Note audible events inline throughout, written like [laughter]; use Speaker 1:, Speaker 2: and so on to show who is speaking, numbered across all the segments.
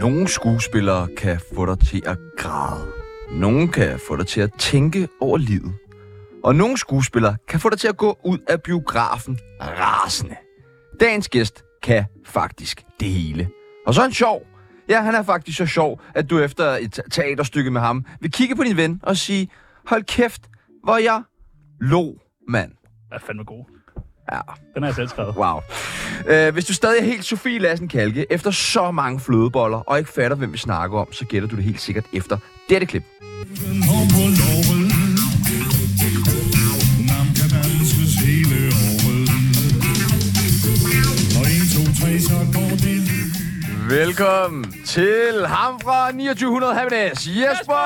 Speaker 1: Nogle skuespillere kan få dig til at græde. Nogle kan få dig til at tænke over livet. Og nogle skuespillere kan få dig til at gå ud af biografen rasende. Dagens gæst kan faktisk det hele. Og så er han sjov. Ja, han er faktisk så sjov, at du efter et teaterstykke med ham vil kigge på din ven og sige, hold kæft, hvor jeg lo, mand.
Speaker 2: Jeg er fandme god.
Speaker 1: Ja,
Speaker 2: Den har jeg selv skrevet.
Speaker 1: Wow. Øh, hvis du stadig er helt Sofie Lassen Kalke, efter så mange flødeboller, og ikke fatter, hvem vi snakker om, så gætter du det helt sikkert efter dette klip.
Speaker 3: Hår på låret. Nam kan danses hele året. Og en, to, tre, så går det lys.
Speaker 1: Velkommen til ham fra 2900 Happiness, Jesper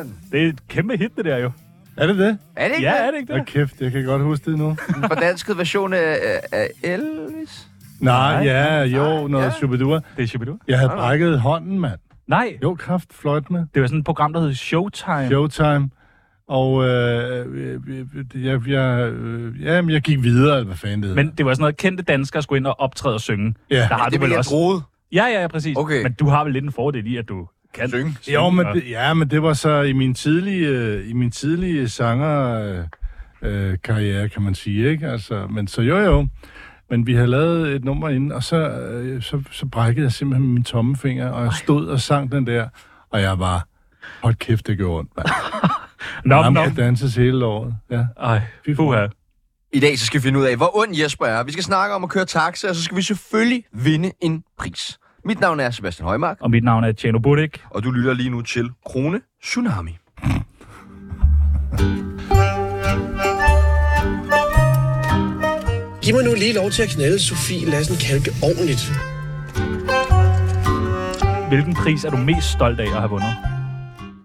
Speaker 1: Lohmann!
Speaker 2: Det er et kæmpe hit, det der jo.
Speaker 4: Er det det?
Speaker 1: Er det ikke
Speaker 2: Ja,
Speaker 1: det?
Speaker 2: er det ikke
Speaker 4: Hvad
Speaker 2: det?
Speaker 4: kæft, jeg kan godt huske det nu.
Speaker 1: den fordanskede version af, af Elvis?
Speaker 4: Nej, ja, jo, noget
Speaker 1: ja.
Speaker 4: ja. shubidua.
Speaker 2: Det er Shibidua.
Speaker 4: Jeg havde brækket hånden, mand.
Speaker 2: Nej,
Speaker 4: Jo, kraft, fløjt med.
Speaker 2: det var sådan et program, der hed Showtime.
Speaker 4: Showtime. Og øh, øh, øh, jeg, jeg, øh, jamen, jeg gik videre, eller hvad fanden det hedder.
Speaker 2: Men det var sådan noget, kendte danskere skulle ind og optræde og synge.
Speaker 4: Ja.
Speaker 2: der
Speaker 4: Men
Speaker 2: har
Speaker 1: det
Speaker 2: du vel
Speaker 1: jeg
Speaker 2: også.
Speaker 1: troede.
Speaker 2: Ja, ja, ja, præcis.
Speaker 1: Okay.
Speaker 2: Men du har vel lidt en fordel i, at du kan
Speaker 1: Synge.
Speaker 4: Jo, men
Speaker 2: og-
Speaker 4: det, ja, men det var så i min tidlige, øh, i min tidlige sanger øh, øh, karriere, kan man sige, ikke? Altså, men så jo jo. Men vi havde lavet et nummer inden, og så, øh, så, så brækkede jeg simpelthen min tommefinger, og jeg stod og sang den der, og jeg var, hold kæft, det gjorde ondt, mand.
Speaker 2: Nå,
Speaker 4: Ham
Speaker 2: nå.
Speaker 4: kan danses hele året, ja.
Speaker 2: Ej,
Speaker 4: Fy for-
Speaker 2: puha.
Speaker 1: I dag så skal vi finde ud af, hvor ond Jesper er. Vi skal snakke om at køre taxa, og så skal vi selvfølgelig vinde en pris. Mit navn er Sebastian Højmark,
Speaker 2: Og mit navn er Tjeno Budik.
Speaker 1: og du lytter lige nu til Krone Tsunami.
Speaker 5: Giv mig nu lige lov til at knalde Sofie Lassen Kalke ordentligt.
Speaker 2: Hvilken pris er du mest stolt af at have vundet?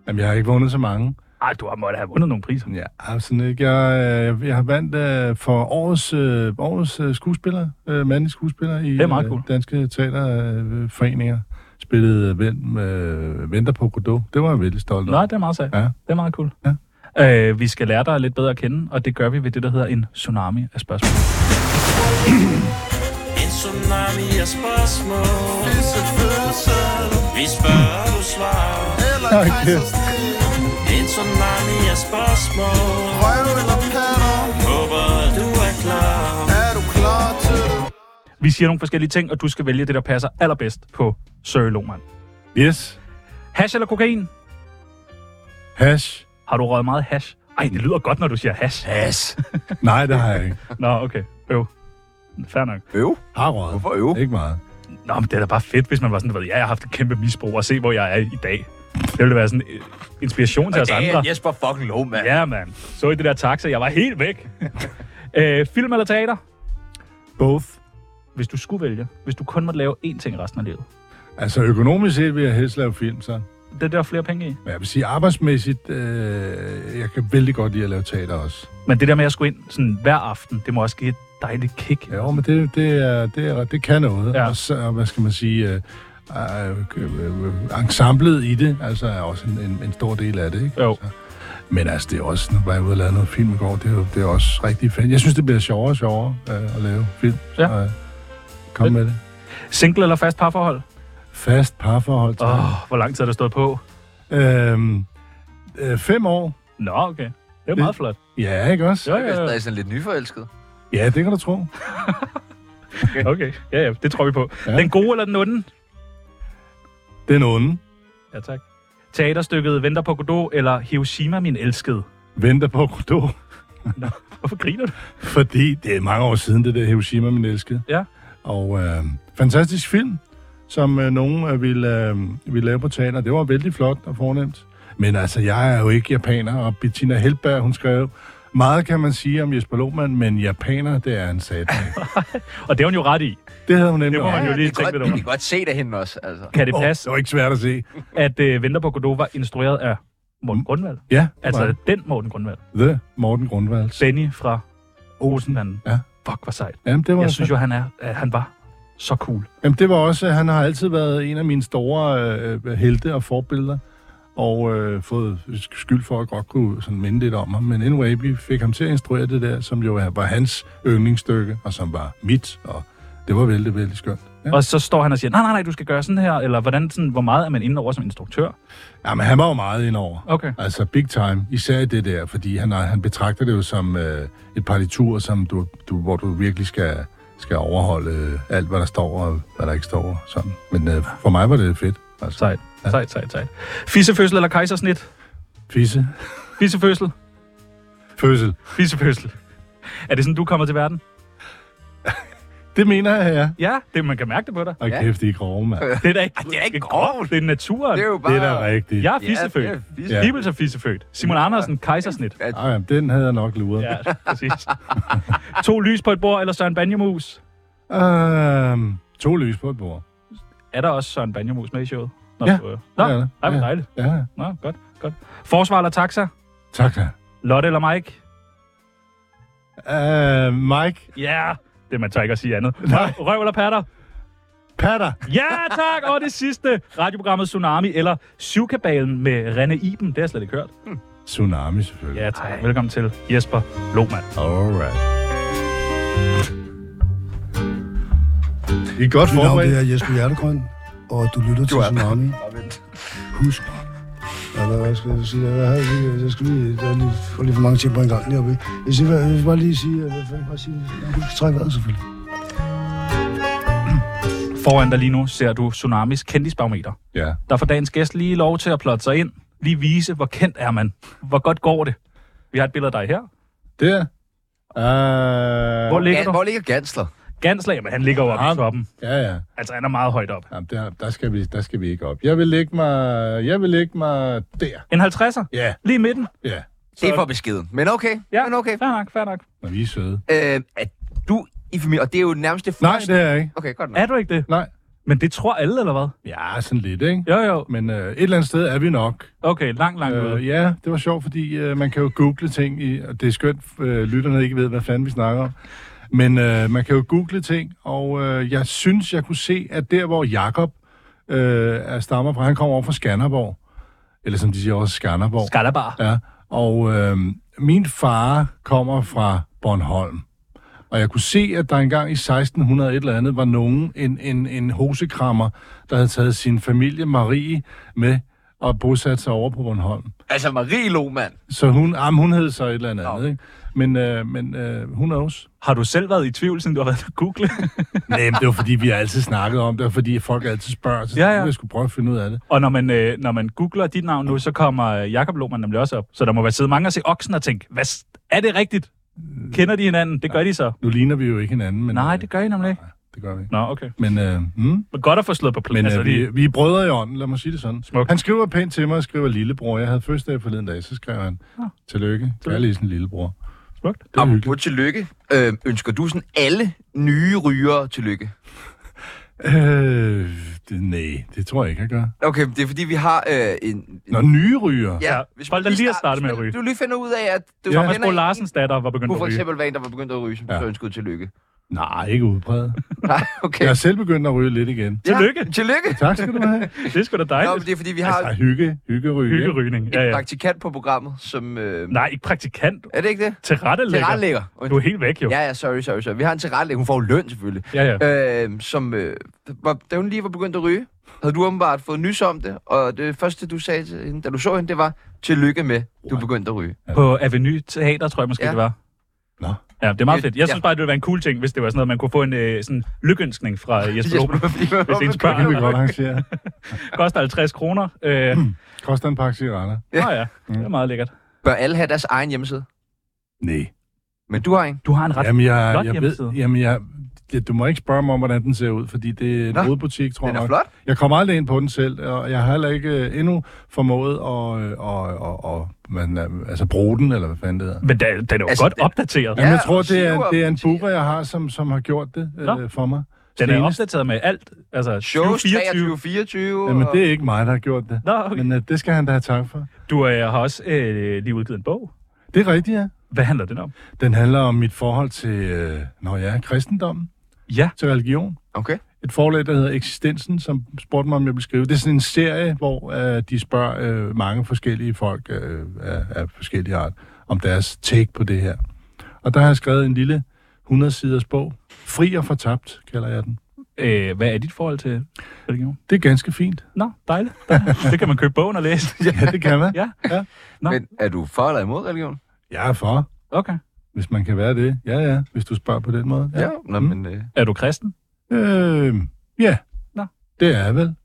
Speaker 4: Jamen, jeg har ikke vundet så mange.
Speaker 2: Ej, du har måttet have vundet nogle priser.
Speaker 4: Ja, altså, ikke? Jeg, øh, jeg har vandt øh, for årets, øh, årets øh, skuespiller, øh, mandlige skuespiller i
Speaker 2: er meget cool.
Speaker 4: øh, danske teaterforeninger. Øh, foreninger. spillede Vent, øh, Venter på Godot. Det var jeg veldig stolt
Speaker 2: Nå,
Speaker 4: [laughs] af.
Speaker 2: det er meget sejt.
Speaker 4: Ja.
Speaker 2: Det er meget cool.
Speaker 4: Ja.
Speaker 2: Øh, vi skal lære dig lidt bedre at kende, og det gør vi ved det, der hedder en tsunami af spørgsmål.
Speaker 6: En tsunami af spørgsmål Vi spørger, du svarer
Speaker 4: Okay.
Speaker 6: En tsunami af spørgsmål Håber, du er klar
Speaker 2: Vi siger nogle forskellige ting, og du skal vælge det, der passer allerbedst på Sir Lohmann.
Speaker 4: Yes.
Speaker 2: Hash eller kokain?
Speaker 4: Hash.
Speaker 2: Har du røget meget hash? Ej, det lyder godt, når du siger hash.
Speaker 1: Pas.
Speaker 4: Nej, det har jeg ikke.
Speaker 2: Nå, okay. Øv. Fair nok.
Speaker 1: Øv.
Speaker 4: Har røget.
Speaker 1: Hvorfor øve?
Speaker 4: Ikke meget.
Speaker 2: Nå, men det er da bare fedt, hvis man var sådan, du ved, ja, jeg har haft et kæmpe misbrug, og se, hvor jeg er i dag. Det ville være sådan øh, inspiration til os andre.
Speaker 1: Jesper fucking lov, mand.
Speaker 2: Ja, mand. Så i det der taxa, jeg var helt væk. øh, film eller teater?
Speaker 4: Both.
Speaker 2: Hvis du skulle vælge, hvis du kun måtte lave én ting resten af livet.
Speaker 4: Altså, økonomisk set vil jeg helst lave film, så.
Speaker 2: Det er der flere penge i.
Speaker 4: Men jeg vil sige, arbejdsmæssigt, øh, jeg kan vældig godt lide at lave teater også.
Speaker 2: Men det der med at skulle ind sådan hver aften, det må også give et dejligt kick.
Speaker 4: Ja, jo, men det, det, er, det, er, det kan noget.
Speaker 2: Ja.
Speaker 4: Ja. Og så, og hvad skal man sige, øh, øh, øh, øh, ensemblet i det, altså er også en, en, en stor del af det, ikke?
Speaker 2: Jo.
Speaker 4: Altså, men altså, det er også, nu var jeg ude og lave noget film i går, det er, jo- det er også rigtig fedt. Jeg synes, det bliver sjovere og sjovere øh, at lave film. Så,
Speaker 2: Ja.
Speaker 4: øh, kom
Speaker 2: Fedt.
Speaker 4: med det.
Speaker 2: Single eller fast parforhold?
Speaker 4: Fast parforhold.
Speaker 2: Åh, oh, hvor lang tid har det stået på?
Speaker 4: Øhm, øh, fem år.
Speaker 2: Nå, okay. Det er jo meget flot.
Speaker 4: Ja, ikke også?
Speaker 2: Jo,
Speaker 1: Jeg er
Speaker 2: ja, ja.
Speaker 1: stadig sådan lidt nyforelsket.
Speaker 4: Ja, det kan du tro.
Speaker 2: Okay, ja, ja, det tror vi på.
Speaker 4: Ja.
Speaker 2: Den gode eller den onde?
Speaker 4: Den onde
Speaker 2: Ja, tak. Teaterstykket Venter på Godot eller Hiroshima, min elskede?
Speaker 4: venter på Godot.
Speaker 2: Nå, hvorfor griner du?
Speaker 4: Fordi det er mange år siden, det der Hiroshima, min elskede.
Speaker 2: Ja.
Speaker 4: Og øh, fantastisk film, som øh, nogen øh, ville, øh, ville lave på teater. Det var vældig flot og fornemt. Men altså, jeg er jo ikke japaner, og Bettina Helberg, hun skrev, meget kan man sige om Jesper Lohmann, men japaner, det er en sat.
Speaker 2: [laughs] Og det har hun jo ret i.
Speaker 4: Det havde hun nemlig
Speaker 2: Det må man
Speaker 4: ret i.
Speaker 2: jo lige
Speaker 1: det er
Speaker 2: tænke
Speaker 1: godt,
Speaker 2: lidt
Speaker 1: det
Speaker 2: over.
Speaker 1: er godt set af hende også, altså.
Speaker 2: Kan det
Speaker 4: Åh,
Speaker 2: passe,
Speaker 4: Det var ikke svært at se.
Speaker 2: at øh, Venter på Godot var instrueret af
Speaker 4: Mm.
Speaker 2: Morten Grundvald?
Speaker 4: Ja,
Speaker 2: Altså
Speaker 4: altså...
Speaker 2: den Morten Grundvald.
Speaker 4: The Morten Grundvalds.
Speaker 2: Benny fra Olsenbanden.
Speaker 4: Ja.
Speaker 2: Fuck, hvor sejt.
Speaker 4: Jamen, det var,
Speaker 2: Jeg synes jo, han, er, at han var så cool.
Speaker 4: jamen, det var også, han har altid været en af mine store øh, øh, helte og forbilleder. og øh, fået skyld for at godt kunne sådan minde lidt om ham. Men anyway, vi fik ham til at instruere det der, som jo er- var hans yndlingsstykke, og som var mit, og det var vældig, vældig skønt. Ja.
Speaker 2: Og så står han og siger, nej, nej, nej, du skal gøre sådan her, eller hvordan, sådan, hvor meget er man inde over som instruktør?
Speaker 4: ja, men han var jo meget indover.
Speaker 2: Okay.
Speaker 4: Altså big time, især i det der, fordi han, er- han betragter det jo som øh, et partitur, som du, du, hvor du virkelig skal, skal overholde øh, alt, hvad der står og hvad der ikke står. og Sådan. Men øh, for mig var det fedt. Altså,
Speaker 2: Sejt, sejt, sejt, sejt. Fissefødsel eller kejsersnit?
Speaker 4: Fisse.
Speaker 2: Fissefødsel?
Speaker 4: Fødsel.
Speaker 2: Fissefødsel. Er det sådan, du kommer til verden?
Speaker 4: Det mener jeg, ja.
Speaker 2: Ja, det, man kan mærke det på dig.
Speaker 4: Og
Speaker 1: Ja.
Speaker 4: kæft, I er grove, mand.
Speaker 2: Det er da ikke,
Speaker 1: det er ikke
Speaker 2: grov. Det er naturen.
Speaker 1: Det er jo bare...
Speaker 4: Det er da rigtigt.
Speaker 2: Jeg er
Speaker 1: Ja, det er
Speaker 2: fissefødt.
Speaker 1: fisse-
Speaker 2: Ja, er fissefødt. Simon Andersen, kejsersnit.
Speaker 4: Ej, jamen, den havde jeg nok luret. Ja.
Speaker 2: Ja, præcis. [laughs] to lys på et bord, eller Søren Banjemus.
Speaker 4: Øhm, to lys på et bord.
Speaker 2: Er der også Søren Banjemus med i showet? Nå,
Speaker 4: Ja,
Speaker 2: øh, Nå,
Speaker 4: det er der.
Speaker 2: nej, hvor
Speaker 4: Ja.
Speaker 2: dejligt.
Speaker 4: Ja,
Speaker 2: Nå, godt, godt. Forsvar eller taxa?
Speaker 4: tak da.
Speaker 2: Lotte eller Mike?
Speaker 4: Øh, Mike,
Speaker 2: Ja, yeah. det man tør ikke at sige andet. Røv, røv eller patter?
Speaker 4: patter.
Speaker 2: Ja, tak! Og det sidste, radioprogrammet Tsunami, eller Syvkabalen med René Iben. Det har jeg slet ikke hørt.
Speaker 4: Tsunami, selvfølgelig.
Speaker 2: Ja, tak. Ej. Velkommen til Jesper Lohmann.
Speaker 4: Alright. I er godt
Speaker 7: Mit navn det
Speaker 4: forberedt.
Speaker 7: er Jesper Hjertegrøn, og du lytter til Tsunami. Husk. Ja, hvad hvad skal jeg sige? Jeg, har lige, jeg skal lige, jeg har lige, får lige for mange ting på en gang lige oppe. Jeg, siger, jeg vil bare lige sige, at hvad fanden bare sige, at du skal trække vejret selvfølgelig.
Speaker 2: Foran dig lige nu ser du Tsunamis kendisbarometer.
Speaker 4: Ja.
Speaker 2: Der får dagens gæst lige lov til at plotte sig ind. Lige vise, hvor kendt er man. Hvor godt går det. Vi har et billede af dig her.
Speaker 4: Der. Øh,
Speaker 2: Hvor ligger
Speaker 1: Ja,
Speaker 2: du?
Speaker 1: hvor ligger Gansler?
Speaker 2: Ganslag, men han ligger jo oppe
Speaker 4: Ja.
Speaker 2: i toppen.
Speaker 4: ja, ja.
Speaker 2: Altså, han er meget højt op.
Speaker 4: Jamen, der, der, skal vi, der skal vi ikke op. Jeg vil lægge mig, jeg vil lægge mig der.
Speaker 2: En 50'er?
Speaker 4: Ja,
Speaker 2: Lige i midten?
Speaker 4: ja.
Speaker 1: Det er for beskeden. Men okay.
Speaker 2: Ja,
Speaker 1: Men okay.
Speaker 2: fair nok, fair nok.
Speaker 4: Når vi er søde.
Speaker 1: Øh, er du i familie? Og det er jo nærmest det
Speaker 4: Nej,
Speaker 1: første...
Speaker 4: det er jeg ikke.
Speaker 1: Okay, godt nok.
Speaker 2: Er du ikke det?
Speaker 4: Nej.
Speaker 2: Men det tror alle, eller hvad?
Speaker 4: Ja, sådan lidt, ikke?
Speaker 2: Jo, jo.
Speaker 4: Men øh, et eller andet sted er vi nok.
Speaker 2: Okay, langt, langt øh, ude.
Speaker 4: Øh, ja, det var sjovt, fordi øh, man kan jo google ting, i, og det er skønt, øh, lytterne ikke ved, hvad fanden vi snakker om. Men øh, man kan jo google ting, og øh, jeg synes, jeg kunne se, at der, hvor Jakob øh, er stammer fra, han kommer over fra Skanderborg, eller som de siger også Skanderborg.
Speaker 2: Skalabar.
Speaker 4: Ja, og øh, min far kommer fra Bornholm. Og jeg kunne se, at der engang i 1600 et eller andet var nogen, en, en, en hosekrammer, der havde taget sin familie Marie med og bosat sig over på Bornholm.
Speaker 1: Altså, Marie Lohmann.
Speaker 4: Så hun, ah, men hun hed så et eller andet, andet ikke? Men, øh, men øh, who knows?
Speaker 2: Har du selv været i tvivl, siden du har været på Google?
Speaker 4: Nej, men det var fordi, vi har altid snakket om det, og fordi folk altid spørger, så
Speaker 2: Ja,
Speaker 4: ja,
Speaker 2: ja.
Speaker 4: ja. jeg skulle prøve at finde ud af det.
Speaker 2: og når man, øh, når man googler dit navn nu, så kommer øh, Jakob Lohmann nemlig også op. Så der må være siddet mange og se oksen og tænke, hvad, s- er det rigtigt?
Speaker 4: Mm.
Speaker 2: Kender de hinanden? Det gør de så.
Speaker 4: Nu ligner vi jo ikke hinanden, men...
Speaker 2: Nej,
Speaker 4: øh,
Speaker 2: det gør I nemlig ikke.
Speaker 4: det gør vi ikke.
Speaker 2: Nå, okay.
Speaker 4: Men, øh, hmm?
Speaker 2: Men godt at få slået på plads.
Speaker 4: men
Speaker 2: Altså,
Speaker 4: øh, vi,
Speaker 2: de,
Speaker 4: vi er brødre i ånden, lad mig sige det sådan.
Speaker 2: Smukt.
Speaker 4: Han skriver pænt til mig og skriver lillebror. Jeg havde første dag forleden dag, så skrev han,
Speaker 2: Nå.
Speaker 4: tillykke, kærlig sådan lillebror.
Speaker 2: smukt.
Speaker 4: Det er hyggeligt.
Speaker 1: På tillykke. Øh, ønsker du sådan alle nye rygere tillykke?
Speaker 4: Øh, det, nej, det tror jeg ikke, jeg gør.
Speaker 1: Okay, det er fordi, vi har øh, en...
Speaker 4: Nå, nye ryger. Ja.
Speaker 2: Ja, folk, der lige har startet med at
Speaker 1: hvis man-
Speaker 2: ryge.
Speaker 1: Du lige finder ud af, at du
Speaker 4: Ja.
Speaker 1: kender
Speaker 2: Thomas Bro
Speaker 1: en,
Speaker 2: Larsens datter var begyndt
Speaker 1: kunne
Speaker 2: at
Speaker 1: for
Speaker 2: ryge.
Speaker 1: eksempel være en, der var begyndt at ryge, som
Speaker 4: Ja.
Speaker 1: ja. så ønskede
Speaker 4: [laughs]
Speaker 1: tillykke.
Speaker 4: Nej, ikke udbredt.
Speaker 1: Nej, okay.
Speaker 4: Jeg er selv begyndt at ryge lidt igen.
Speaker 2: [laughs] Tillykke.
Speaker 1: Ja, tillykke.
Speaker 4: Tak skal du have.
Speaker 2: Det er sgu
Speaker 1: Nå,
Speaker 2: da
Speaker 1: men
Speaker 2: dejligt.
Speaker 1: det er fordi, vi har
Speaker 4: Altså, hygge, hyggeryge. ikke?
Speaker 2: Hyggerygning. Ja,
Speaker 1: en
Speaker 2: ja.
Speaker 1: praktikant på programmet, som... Øh,
Speaker 2: Nej, ikke praktikant.
Speaker 1: Er det ikke det?
Speaker 2: Tilrettelægger.
Speaker 1: Tilrettelægger.
Speaker 2: Du er helt væk, jo.
Speaker 1: Ja, ja, sorry, sorry, sorry. Vi har en tilrettelægger. Hun får jo løn, selvfølgelig.
Speaker 2: Ja, ja.
Speaker 1: Øh, som, øh, var, da hun lige var begyndt at ryge, havde du åbenbart fået nys om det, og det første, du sagde til hende, da du så hende, det var, tillykke med, du begyndte at ryge.
Speaker 2: På Avenue Teater, tror jeg måske,
Speaker 1: Ja.
Speaker 2: det var.
Speaker 4: Nå.
Speaker 2: Ja, det er meget fedt. Jeg
Speaker 1: Ja.
Speaker 2: synes bare, det ville være en cool ting, hvis det var sådan noget, man kunne få en øh, sådan lykønskning fra
Speaker 1: [laughs]
Speaker 2: øh, Jesper Lohmann.
Speaker 1: Hvis
Speaker 2: Hvis ens
Speaker 4: Det kan vi
Speaker 2: børn
Speaker 4: godt arrangere.
Speaker 2: koster 50 kroner. Øh,
Speaker 4: Koster en pakke cigaretter?
Speaker 2: ja. ja, det er meget lækkert.
Speaker 1: Bør alle have deres egen hjemmeside?
Speaker 4: Nej.
Speaker 1: Men du har en.
Speaker 2: Du har en ret...
Speaker 4: Jamen, jeg,
Speaker 2: flot
Speaker 4: jeg
Speaker 2: hjemmeside.
Speaker 4: ved, jamen jeg, ja, du må ikke spørge mig om, hvordan den ser ud, fordi det er en
Speaker 1: Nå,
Speaker 4: hovedbutik, tror
Speaker 1: Den er
Speaker 4: jeg. nok.
Speaker 1: flot.
Speaker 4: Jeg kommer aldrig ind på den selv, og jeg har heller ikke øh, endnu formået at, øh, og, og, og, man, altså, bruge den, eller hvad fanden det hedder.
Speaker 2: Men da, den er jo
Speaker 1: Altså,
Speaker 2: godt
Speaker 1: den-
Speaker 2: opdateret.
Speaker 4: Jamen, jeg
Speaker 1: Ja,
Speaker 4: tror, det er,
Speaker 1: siver-
Speaker 4: det er en booker, jeg har, som, som har gjort det
Speaker 2: Nå.
Speaker 4: øh, for mig.
Speaker 2: Den er
Speaker 4: Stine.
Speaker 2: opdateret med alt. Altså,
Speaker 1: Shows
Speaker 2: 24.
Speaker 1: 23, 24.
Speaker 4: Jamen,
Speaker 1: og-
Speaker 4: det er ikke mig, der har gjort det.
Speaker 2: Nå, okay.
Speaker 4: Men øh, det skal han da have tak for.
Speaker 2: Du øh, har også øh, lige udgivet en bog.
Speaker 4: Det er rigtigt, ja.
Speaker 2: Hvad handler den om?
Speaker 4: Den handler om mit forhold til, øh, når jeg er kristendommen.
Speaker 2: Ja.
Speaker 4: til religion.
Speaker 1: Okay.
Speaker 4: Et forlag, der hedder Eksistensen, som spurgte mig, om jeg ville skrive. Det er sådan en serie, hvor øh, de spørger øh, mange forskellige folk øh, af, af forskellige art, om deres take på det her. Og der har jeg skrevet en lille 100-siders bog. Fri og fortabt, kalder jeg den.
Speaker 2: Øh, hvad er dit forhold til religion?
Speaker 4: Det er ganske fint.
Speaker 2: Nå, dejligt. dejligt. det kan man købe bogen og læse.
Speaker 4: Ja, det kan man.
Speaker 2: Ja. Nå.
Speaker 1: Men er du for eller imod religion?
Speaker 4: [laughs] Jeg er for,
Speaker 2: Okay.
Speaker 4: hvis man kan være det. Ja, ja, hvis du spørger på den måde.
Speaker 1: Ja. Nå,
Speaker 4: Mm.
Speaker 1: men øh,
Speaker 2: Er du kristen?
Speaker 4: Øh, ja.
Speaker 2: Nå.
Speaker 4: Det er jeg vel.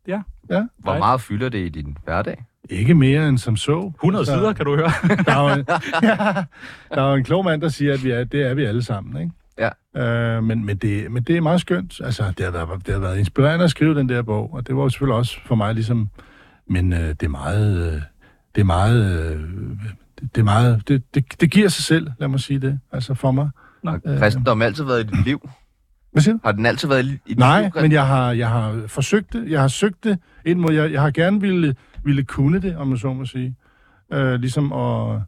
Speaker 1: hvor
Speaker 2: Nej.
Speaker 1: meget fylder det i din hverdag?
Speaker 4: Ikke mere end som så.
Speaker 2: 100
Speaker 4: Altså,
Speaker 2: sider, kan du høre.
Speaker 4: Der er, jo, ja, [laughs] der er jo en klog mand, der siger, at vi er, det er vi alle sammen, ikke? Ja. Øh, men, men, det, men det er meget skønt. Altså, det har, været, det har været inspirerende at skrive den der bog, og det var jo selvfølgelig også for mig ligesom... Men øh, det er meget... Øh, det er meget... Øh, det, det, er meget det, det, det giver sig selv, lad mig sige det, altså for mig.
Speaker 1: Har
Speaker 4: Øh.
Speaker 1: kristendom altid været i dit liv?
Speaker 4: Hvad siger du?
Speaker 1: Har den altid været i, i dit
Speaker 4: Nej,
Speaker 1: liv? Christian?
Speaker 4: men jeg har, jeg har forsøgt det. Jeg har søgt det ind mod... Jeg, jeg har gerne ville, ville kunne det, om man så må sige. Øh, ligesom at,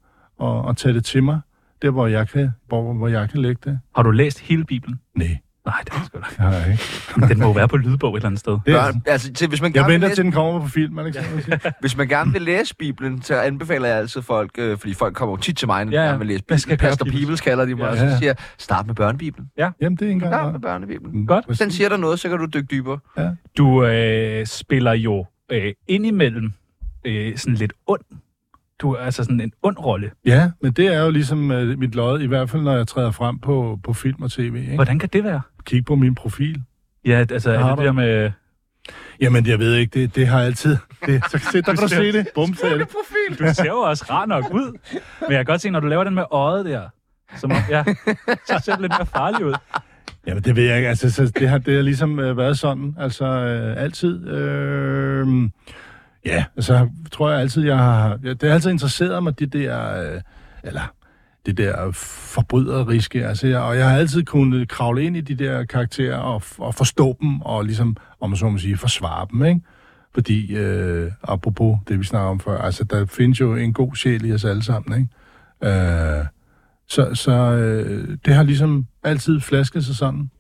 Speaker 4: at, at tage det til mig, der hvor jeg kan, hvor, hvor jeg kan lægge det.
Speaker 2: Har du læst hele Bibelen?
Speaker 4: Nej,
Speaker 2: Nej, det er det sgu da. ikke.
Speaker 4: det har jeg ikke.
Speaker 2: Den må jo være på lydbog et eller andet sted.
Speaker 4: Det er,
Speaker 1: Børn, altså, til, hvis, man
Speaker 4: jeg
Speaker 1: gerne vil
Speaker 4: venter til,
Speaker 1: læse,
Speaker 4: den kommer på film, er det ikke sådan, man siger?
Speaker 1: hvis man gerne vil læse Bibelen, så anbefaler jeg altid folk, øh, fordi folk kommer jo tit til mig, når
Speaker 2: Ja,
Speaker 1: ja,
Speaker 2: ja.
Speaker 1: ja. vil læse
Speaker 2: Hvad skal
Speaker 1: Bibelen.
Speaker 2: jeg gøre,
Speaker 1: Pastor
Speaker 2: Bibelen?
Speaker 1: Peebles kalder de mig, ja,
Speaker 4: Ja,
Speaker 1: ja. og
Speaker 4: ja.
Speaker 1: så siger jeg, start med børnebibelen.
Speaker 4: Jamen, det er ikke
Speaker 1: Start med
Speaker 4: engang...
Speaker 1: børnebibelen.
Speaker 2: Godt.
Speaker 1: Hvis den siger dig noget, så kan du dykke dybere.
Speaker 2: Du øh, spiller jo øh, indimellem øh, sådan lidt ond. Du er altså sådan en ond rolle.
Speaker 4: Ja, men det er jo ligesom øh, mit lod, i hvert fald når jeg træder frem på, på film og tv. Ikke?
Speaker 2: Hvordan kan det være?
Speaker 4: Kig på min profil.
Speaker 2: Ja, altså er
Speaker 4: Har
Speaker 2: det
Speaker 4: du?
Speaker 2: det der med...
Speaker 4: Jamen, jeg ved ikke, det, det har jeg altid... Det, så, se, der kan du se det. Bum, sagde det.
Speaker 1: Profil!
Speaker 2: Du ser jo også rar nok ud. Men jeg kan godt se, når du laver den med øjet der, som om, ja, så ser det lidt mere farlig ud.
Speaker 4: Jamen, det ved jeg ikke. Altså, så det, har, det har ligesom øh, været sådan, altså øh, altid. Øh, ja, altså tror jeg altid, jeg har... Ja, det har altid interesseret mig, det der... Øh, eller det der forbryderiske. Altså, jeg, og jeg har altid kunnet kravle ind i de der karakterer og, og forstå dem, og ligesom, om man så må sige, forsvare dem, ikke? Fordi, øh, apropos det, vi snakker om før, altså, der findes jo en god sjæl i os alle sammen, ikke? Øh, så så øh, det har ligesom altid flasket sig sådan,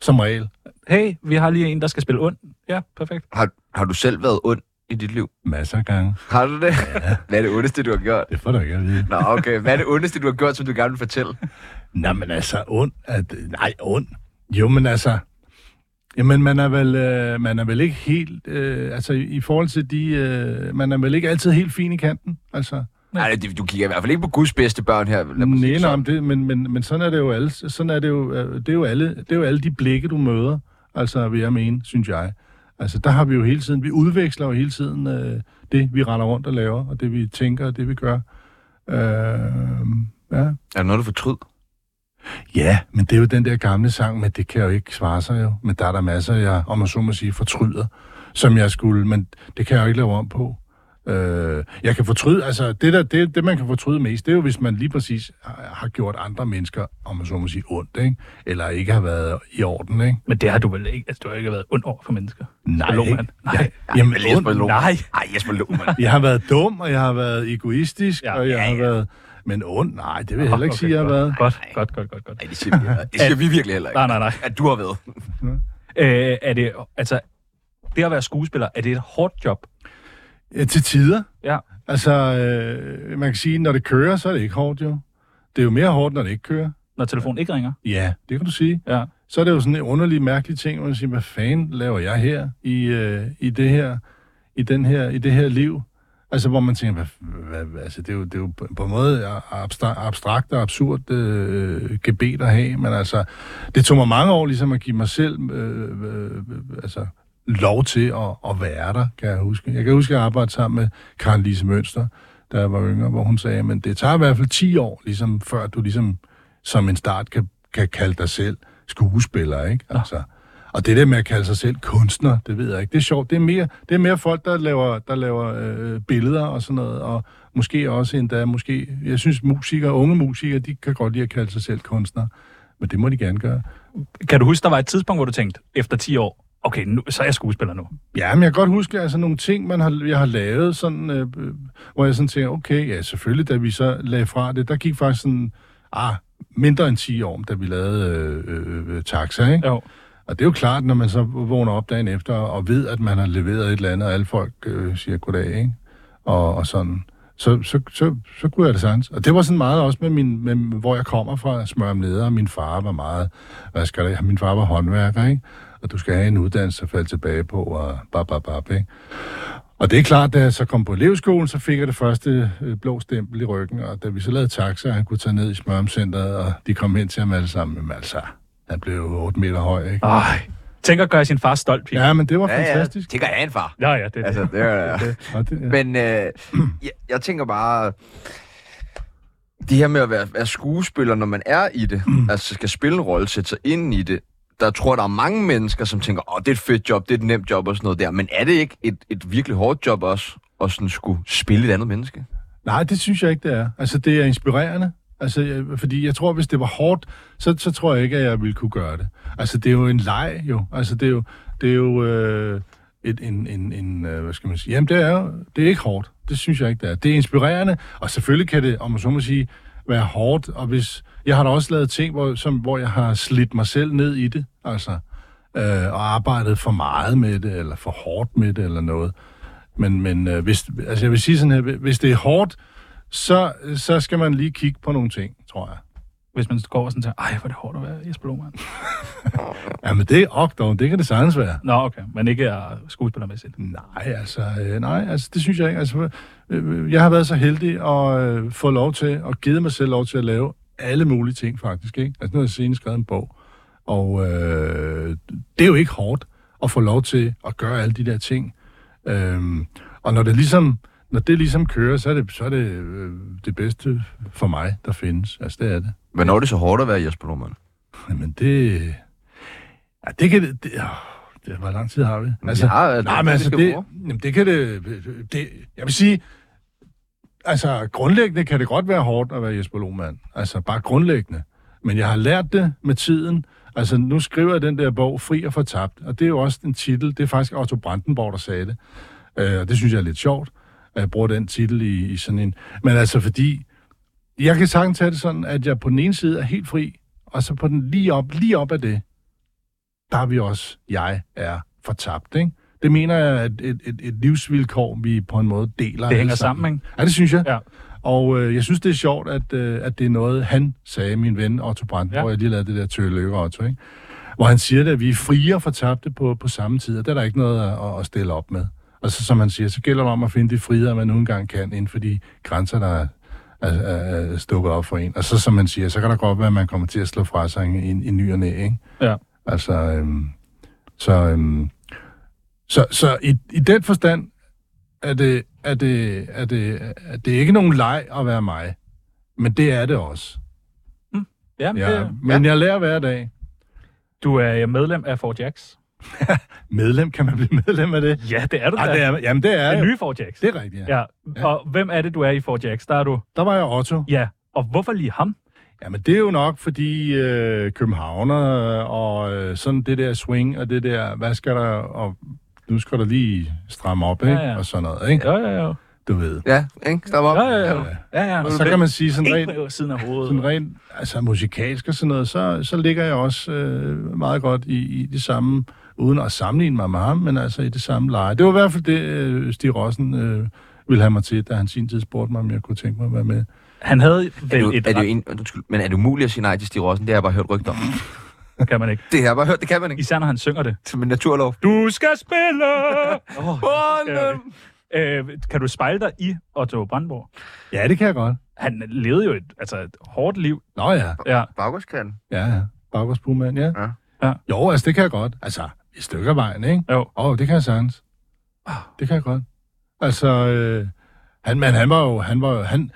Speaker 4: som regel.
Speaker 2: Hey, vi har lige en, der skal spille ond. Ja, perfekt.
Speaker 1: Har, har du selv været ond i dit liv?
Speaker 4: Masser af gange.
Speaker 1: Har du det? Ja. Hvad er [laughs] det ondeste, du har gjort?
Speaker 4: Det får du ikke at vide.
Speaker 1: Nå, okay. Hvad er det ondeste, du har gjort, som du gerne vil fortælle?
Speaker 4: Nå, men altså, ond. At, nej, ond. Jo, men altså... Jamen, man er vel, øh, man er vel ikke helt... Øh, altså, i i forhold til de... Øh, man er vel ikke altid helt fin i kanten, altså.
Speaker 1: Nej, det- du kigger i hvert fald ikke på Guds bedste børn her. Lad mig sige
Speaker 4: Nej,
Speaker 1: det
Speaker 4: nej,
Speaker 1: sådan.
Speaker 4: men, det, men, men, men sådan er det jo alle. Sådan er det jo, øh, det er jo alle, det er jo alle de blikke, du møder, altså vil jeg mene, synes jeg. Altså, der har vi jo hele tiden, vi udveksler jo hele tiden øh, det, vi render rundt og laver, og det, vi tænker, og det, vi gør. Øh, ja.
Speaker 1: Er der noget, du fortryd?
Speaker 4: Ja, men det er jo den der gamle sang, men det kan jo ikke svare sig jo. Men der er der masser, jeg, om man så må sige, fortryder, som jeg skulle, men det kan jeg jo ikke lave om på. Øh, jeg kan fortryde, altså det, der, det, det, man kan fortryde mest, det er jo, hvis man lige præcis har, har gjort andre mennesker, om man så må sige, ondt, ikke? Eller ikke har været i orden, ikke?
Speaker 2: Men det har du vel ikke? Altså, du har ikke været ond over for mennesker.
Speaker 4: Nej,
Speaker 2: Lohmann.
Speaker 4: ikke?
Speaker 2: Nej.
Speaker 4: Jeg, jamen, ondt,
Speaker 1: Lohmann.
Speaker 2: Nej.
Speaker 1: Ej, Jesper Lohmann.
Speaker 4: jeg har været dum, og jeg har været egoistisk,
Speaker 2: Ja,
Speaker 4: ja, og jeg
Speaker 2: ja,
Speaker 4: ja, har
Speaker 2: ja.
Speaker 4: været... Men ondt, nej, det vil jeg heller ikke okay, sige, jeg har
Speaker 2: godt.
Speaker 4: været.
Speaker 2: Godt, godt, godt, godt. godt.
Speaker 1: Nej, det siger, vi, det siger vi virkelig heller ikke.
Speaker 2: Nej, nej, nej.
Speaker 1: At du har været.
Speaker 2: Øh, er det, altså, det at være skuespiller, er det et hårdt job?
Speaker 4: Ja, til tider.
Speaker 2: Ja.
Speaker 4: Altså, øh, man kan sige, når det kører, så er det ikke hårdt jo. Det er jo mere hårdt, når det ikke kører.
Speaker 2: Når telefonen ikke ringer?
Speaker 4: Ja, det kan du sige.
Speaker 2: Ja.
Speaker 4: Så er det jo sådan en underlig, mærkelig ting, hvor man siger, hvad fanden laver jeg her i, øh, i det her, i den her, i det her liv? Altså, hvor man tænker, hvad, hvad, hvad, altså, det er jo, det er jo på- på en måde abstra- abstrakt og absurd øh, gebet at have, men altså, det tog mig mange år ligesom at give mig selv øh, øh, øh, altså, lov til at, at være der, kan jeg huske. Jeg kan huske, at jeg arbejdede sammen med Karen Lise Mønster, da jeg var yngre, hvor hun sagde, men det tager i hvert fald 10 år, ligesom, før du ligesom som en start kan, kan kalde dig selv skuespiller, ikke? Altså, og det der med at kalde sig selv kunstner, det ved jeg ikke. Det er sjovt. Det er mere, det er mere folk, der laver, der laver øh, billeder og sådan noget, og måske også endda, måske, jeg synes musikere, unge musikere, de kan godt lide at kalde sig selv kunstnere, men det må de gerne gøre.
Speaker 2: Kan du huske, der var et tidspunkt, hvor du tænkte, efter 10 år, okay, nu, så er jeg skuespiller nu.
Speaker 4: Ja, men jeg kan godt huske, altså nogle ting, man har, jeg har lavet, sådan, øh, øh, hvor jeg sådan tænker, okay, ja, selvfølgelig, da vi så lagde fra det, der gik faktisk sådan, ah, mindre end 10 år, da vi lavede øh, øh, øh, taxa, ikke?
Speaker 2: Jo.
Speaker 4: Og det er jo klart, når man så vågner op dagen efter og ved, at man har leveret et eller andet, og alle folk øh, siger goddag, ikke? Og, og sådan. Så, så, så, så kunne jeg det sandt. Og det var sådan meget også med, min, med hvor jeg kommer fra, smørmleder, og min far var meget, hvad skal der, min far var håndværker, ikke? Og du skal have en uddannelse at falde tilbage på, og bap, bap, bap, ikke? Og det er klart, da jeg så kom på elevskolen, så fik jeg det første øh, blå stempel i ryggen, og da vi så lavede taxa, han kunne tage ned i smørmcenteret, og de kom hen til ham alle sammen. Men altså, han blev jo 8 meter høj, ikke?
Speaker 2: Ej. Tænk at gøre sin far stolt, Pia. Ja.
Speaker 4: Ja, men det var ja,
Speaker 1: Ja,
Speaker 4: fantastisk.
Speaker 1: det gør jeg en far.
Speaker 2: ja, ja, det er
Speaker 1: Altså,
Speaker 2: det.
Speaker 1: det er,
Speaker 4: Ja. Og det, ja.
Speaker 1: Men øh, jeg, jeg tænker bare, det her med at være, være skuespiller, når man er i det, mm. altså skal spille en rolle, sætte sig ind i det, der tror der er mange mennesker, som tænker, åh, det er et fedt job, det er et nemt job og sådan noget der. Men er det ikke et, et virkelig hårdt job også, at sådan skulle spille et andet menneske?
Speaker 4: Nej, det synes jeg ikke, det er. Altså, det er inspirerende. Altså, jeg, fordi jeg tror, hvis det var hårdt, så, så tror jeg ikke, at jeg ville kunne gøre det. Altså, det er jo en leg, jo. Altså, det er jo, det er jo øh, et, en, en, en øh, hvad skal man sige? Jamen, det er jo, det er ikke hårdt. Det synes jeg ikke, det er. Det er inspirerende, og selvfølgelig kan det, om man så må sige, være hårdt. Og hvis, jeg har da også lavet ting, hvor, som, hvor jeg har slidt mig selv ned i det, altså, øh, og arbejdet for meget med det, eller for hårdt med det, eller noget. Men, men øh, hvis, altså jeg vil sige sådan her, hvis det er hårdt, så, så skal man lige kigge på nogle ting, tror jeg.
Speaker 2: Hvis man går over sådan til, ej, hvor er det hårdt at være Jesper Lohmann.
Speaker 4: Ja, men det er ok, dog, det kan det sagtens være.
Speaker 2: Nå, okay, men ikke er skuespillermæssigt.
Speaker 4: Nej, altså, øh, nej, altså, det synes jeg ikke. Altså, øh, jeg har været så heldig at øh, få lov til, og givet mig selv lov til at lave alle mulige ting, faktisk, ikke? Altså, nu har jeg senest skrevet en bog, og øh, det er jo ikke hårdt at få lov til at gøre alle de der ting. Øhm, og når det ligesom, når det ligesom kører, så er det, så er det øh, det bedste for mig, der findes. Altså, det er det. [laughs]
Speaker 1: Hvornår er det så hårdt at være Jesper Lohmann?
Speaker 4: Jamen, det... Ja, det kan det... det åh, det, hvor lang tid har vi?
Speaker 1: vi har, øh,
Speaker 4: nej, men altså,
Speaker 1: det skal
Speaker 4: det,
Speaker 1: bruge.
Speaker 4: jamen, det kan det, det... Jeg vil sige, altså, grundlæggende kan det godt være hårdt at være Jesper Lohmann. Altså, bare grundlæggende. Men jeg har lært det med tiden. Altså, nu skriver jeg den der bog, Fri og Fortabt, og det er jo også en titel. Det er faktisk Otto Brandenborg, der sagde det. Øh, og det synes jeg er lidt sjovt, at jeg bruger den titel i, i sådan en... Men altså, fordi... Jeg kan sagtens tage det sådan, at jeg på den ene side er helt fri, og så på den lige op, lige op af det, der er vi også, jeg er fortabt, ikke? Det mener jeg er et, et, et, et livsvilkår, vi på en måde deler.
Speaker 2: Det
Speaker 4: alle
Speaker 2: hænger sammen, ikke?
Speaker 4: Ja, det synes jeg.
Speaker 2: Ja.
Speaker 4: Og øh, jeg synes, det er sjovt, at, øh, at det er noget, han sagde, min ven Otto Brandt,
Speaker 2: Ja.
Speaker 4: ja. hvor jeg lige lavede det der tølykke Otto, ikke? Hvor han siger det, at vi er frie og fortabte på, på samme tid, og der er der ikke noget at, at- at stille op med. Og så, som han siger, så gælder det om at finde de friheder, man nu engang kan, inden for de grænser, der er, er, er, er stukket op for en. Og så, som man siger, så kan der godt være, at man kommer til at slå fra sig en, en, en ny og næ, ikke?
Speaker 2: Ja.
Speaker 4: Altså, øhm, så, øhm, så, så i, i den forstand er det, er, det, er, det, er det ikke nogen leg at være mig, men det er det også.
Speaker 2: Ja, men
Speaker 4: Ja,
Speaker 2: det,
Speaker 4: men jeg lærer hver dag.
Speaker 2: du er medlem af Fort Jacks.
Speaker 4: Medlem, kan man blive medlem af det?
Speaker 2: Ja, det er du da.
Speaker 4: Ej, det er, jamen, det er
Speaker 2: Den
Speaker 4: jeg.
Speaker 2: nye Fort Jacks.
Speaker 4: Det er rigtigt, ja.
Speaker 2: Ja. og hvem er det, du er i Fort Jacks? Der er du,
Speaker 4: Der var jeg Otto.
Speaker 2: ja, og hvorfor lige ham?
Speaker 4: Jamen, det er jo nok, fordi øh, københavner og øh, sådan det der swing og det der, hvad skal der, og nu skal der lige stramme op, ikke?
Speaker 2: Ja, ja.
Speaker 4: Og sådan noget, ikke?
Speaker 2: Jo, jo, jo.
Speaker 4: Du ved.
Speaker 1: Ja, ikke? Stop op.
Speaker 2: Jo, jo, jo. Ja, ja.
Speaker 4: Og så kan man sige sådan rent,
Speaker 2: Ikke på siden af
Speaker 4: sådan
Speaker 2: hovedet.
Speaker 4: rent altså musikalsk og sådan noget, så, så ligger jeg også øh, meget godt i, i det samme, uden at sammenligne mig med ham, men altså i det samme leje. Det var i hvert fald det, øh, Stig Rossen øh, ville have mig til, da han sin tid spurgte mig, om jeg kunne tænke mig at være med.
Speaker 2: Han havde
Speaker 1: Er
Speaker 2: vel
Speaker 1: du,
Speaker 2: et
Speaker 1: er du
Speaker 2: ret,
Speaker 1: en, undskyld, men er det umuligt at sige nej til Stig Rossen? Det har jeg bare hørt rygter om.
Speaker 2: kan man ikke.
Speaker 1: Det har jeg bare hørt, det kan man ikke.
Speaker 2: Især når han synger det.
Speaker 1: Som en naturlov.
Speaker 2: Du skal spille! oh,
Speaker 1: Åh,
Speaker 2: øh, kan du spejle dig i Otto Brandborg?
Speaker 4: Ja, det kan jeg godt.
Speaker 2: Han levede jo et, altså et hårdt liv.
Speaker 4: Nå ja,
Speaker 2: Ja.
Speaker 1: Baggårdskanden.
Speaker 4: ja, ja. Baggårdspuman, ja.
Speaker 1: Ja.
Speaker 2: Ja.
Speaker 4: Jo, altså det kan jeg godt. Altså, et stykke af vejen, ikke?
Speaker 2: Jo.
Speaker 4: Åh, oh, det kan jeg sagtens. Det kan jeg godt. Altså, øh, han, men han var jo, han var jo- han,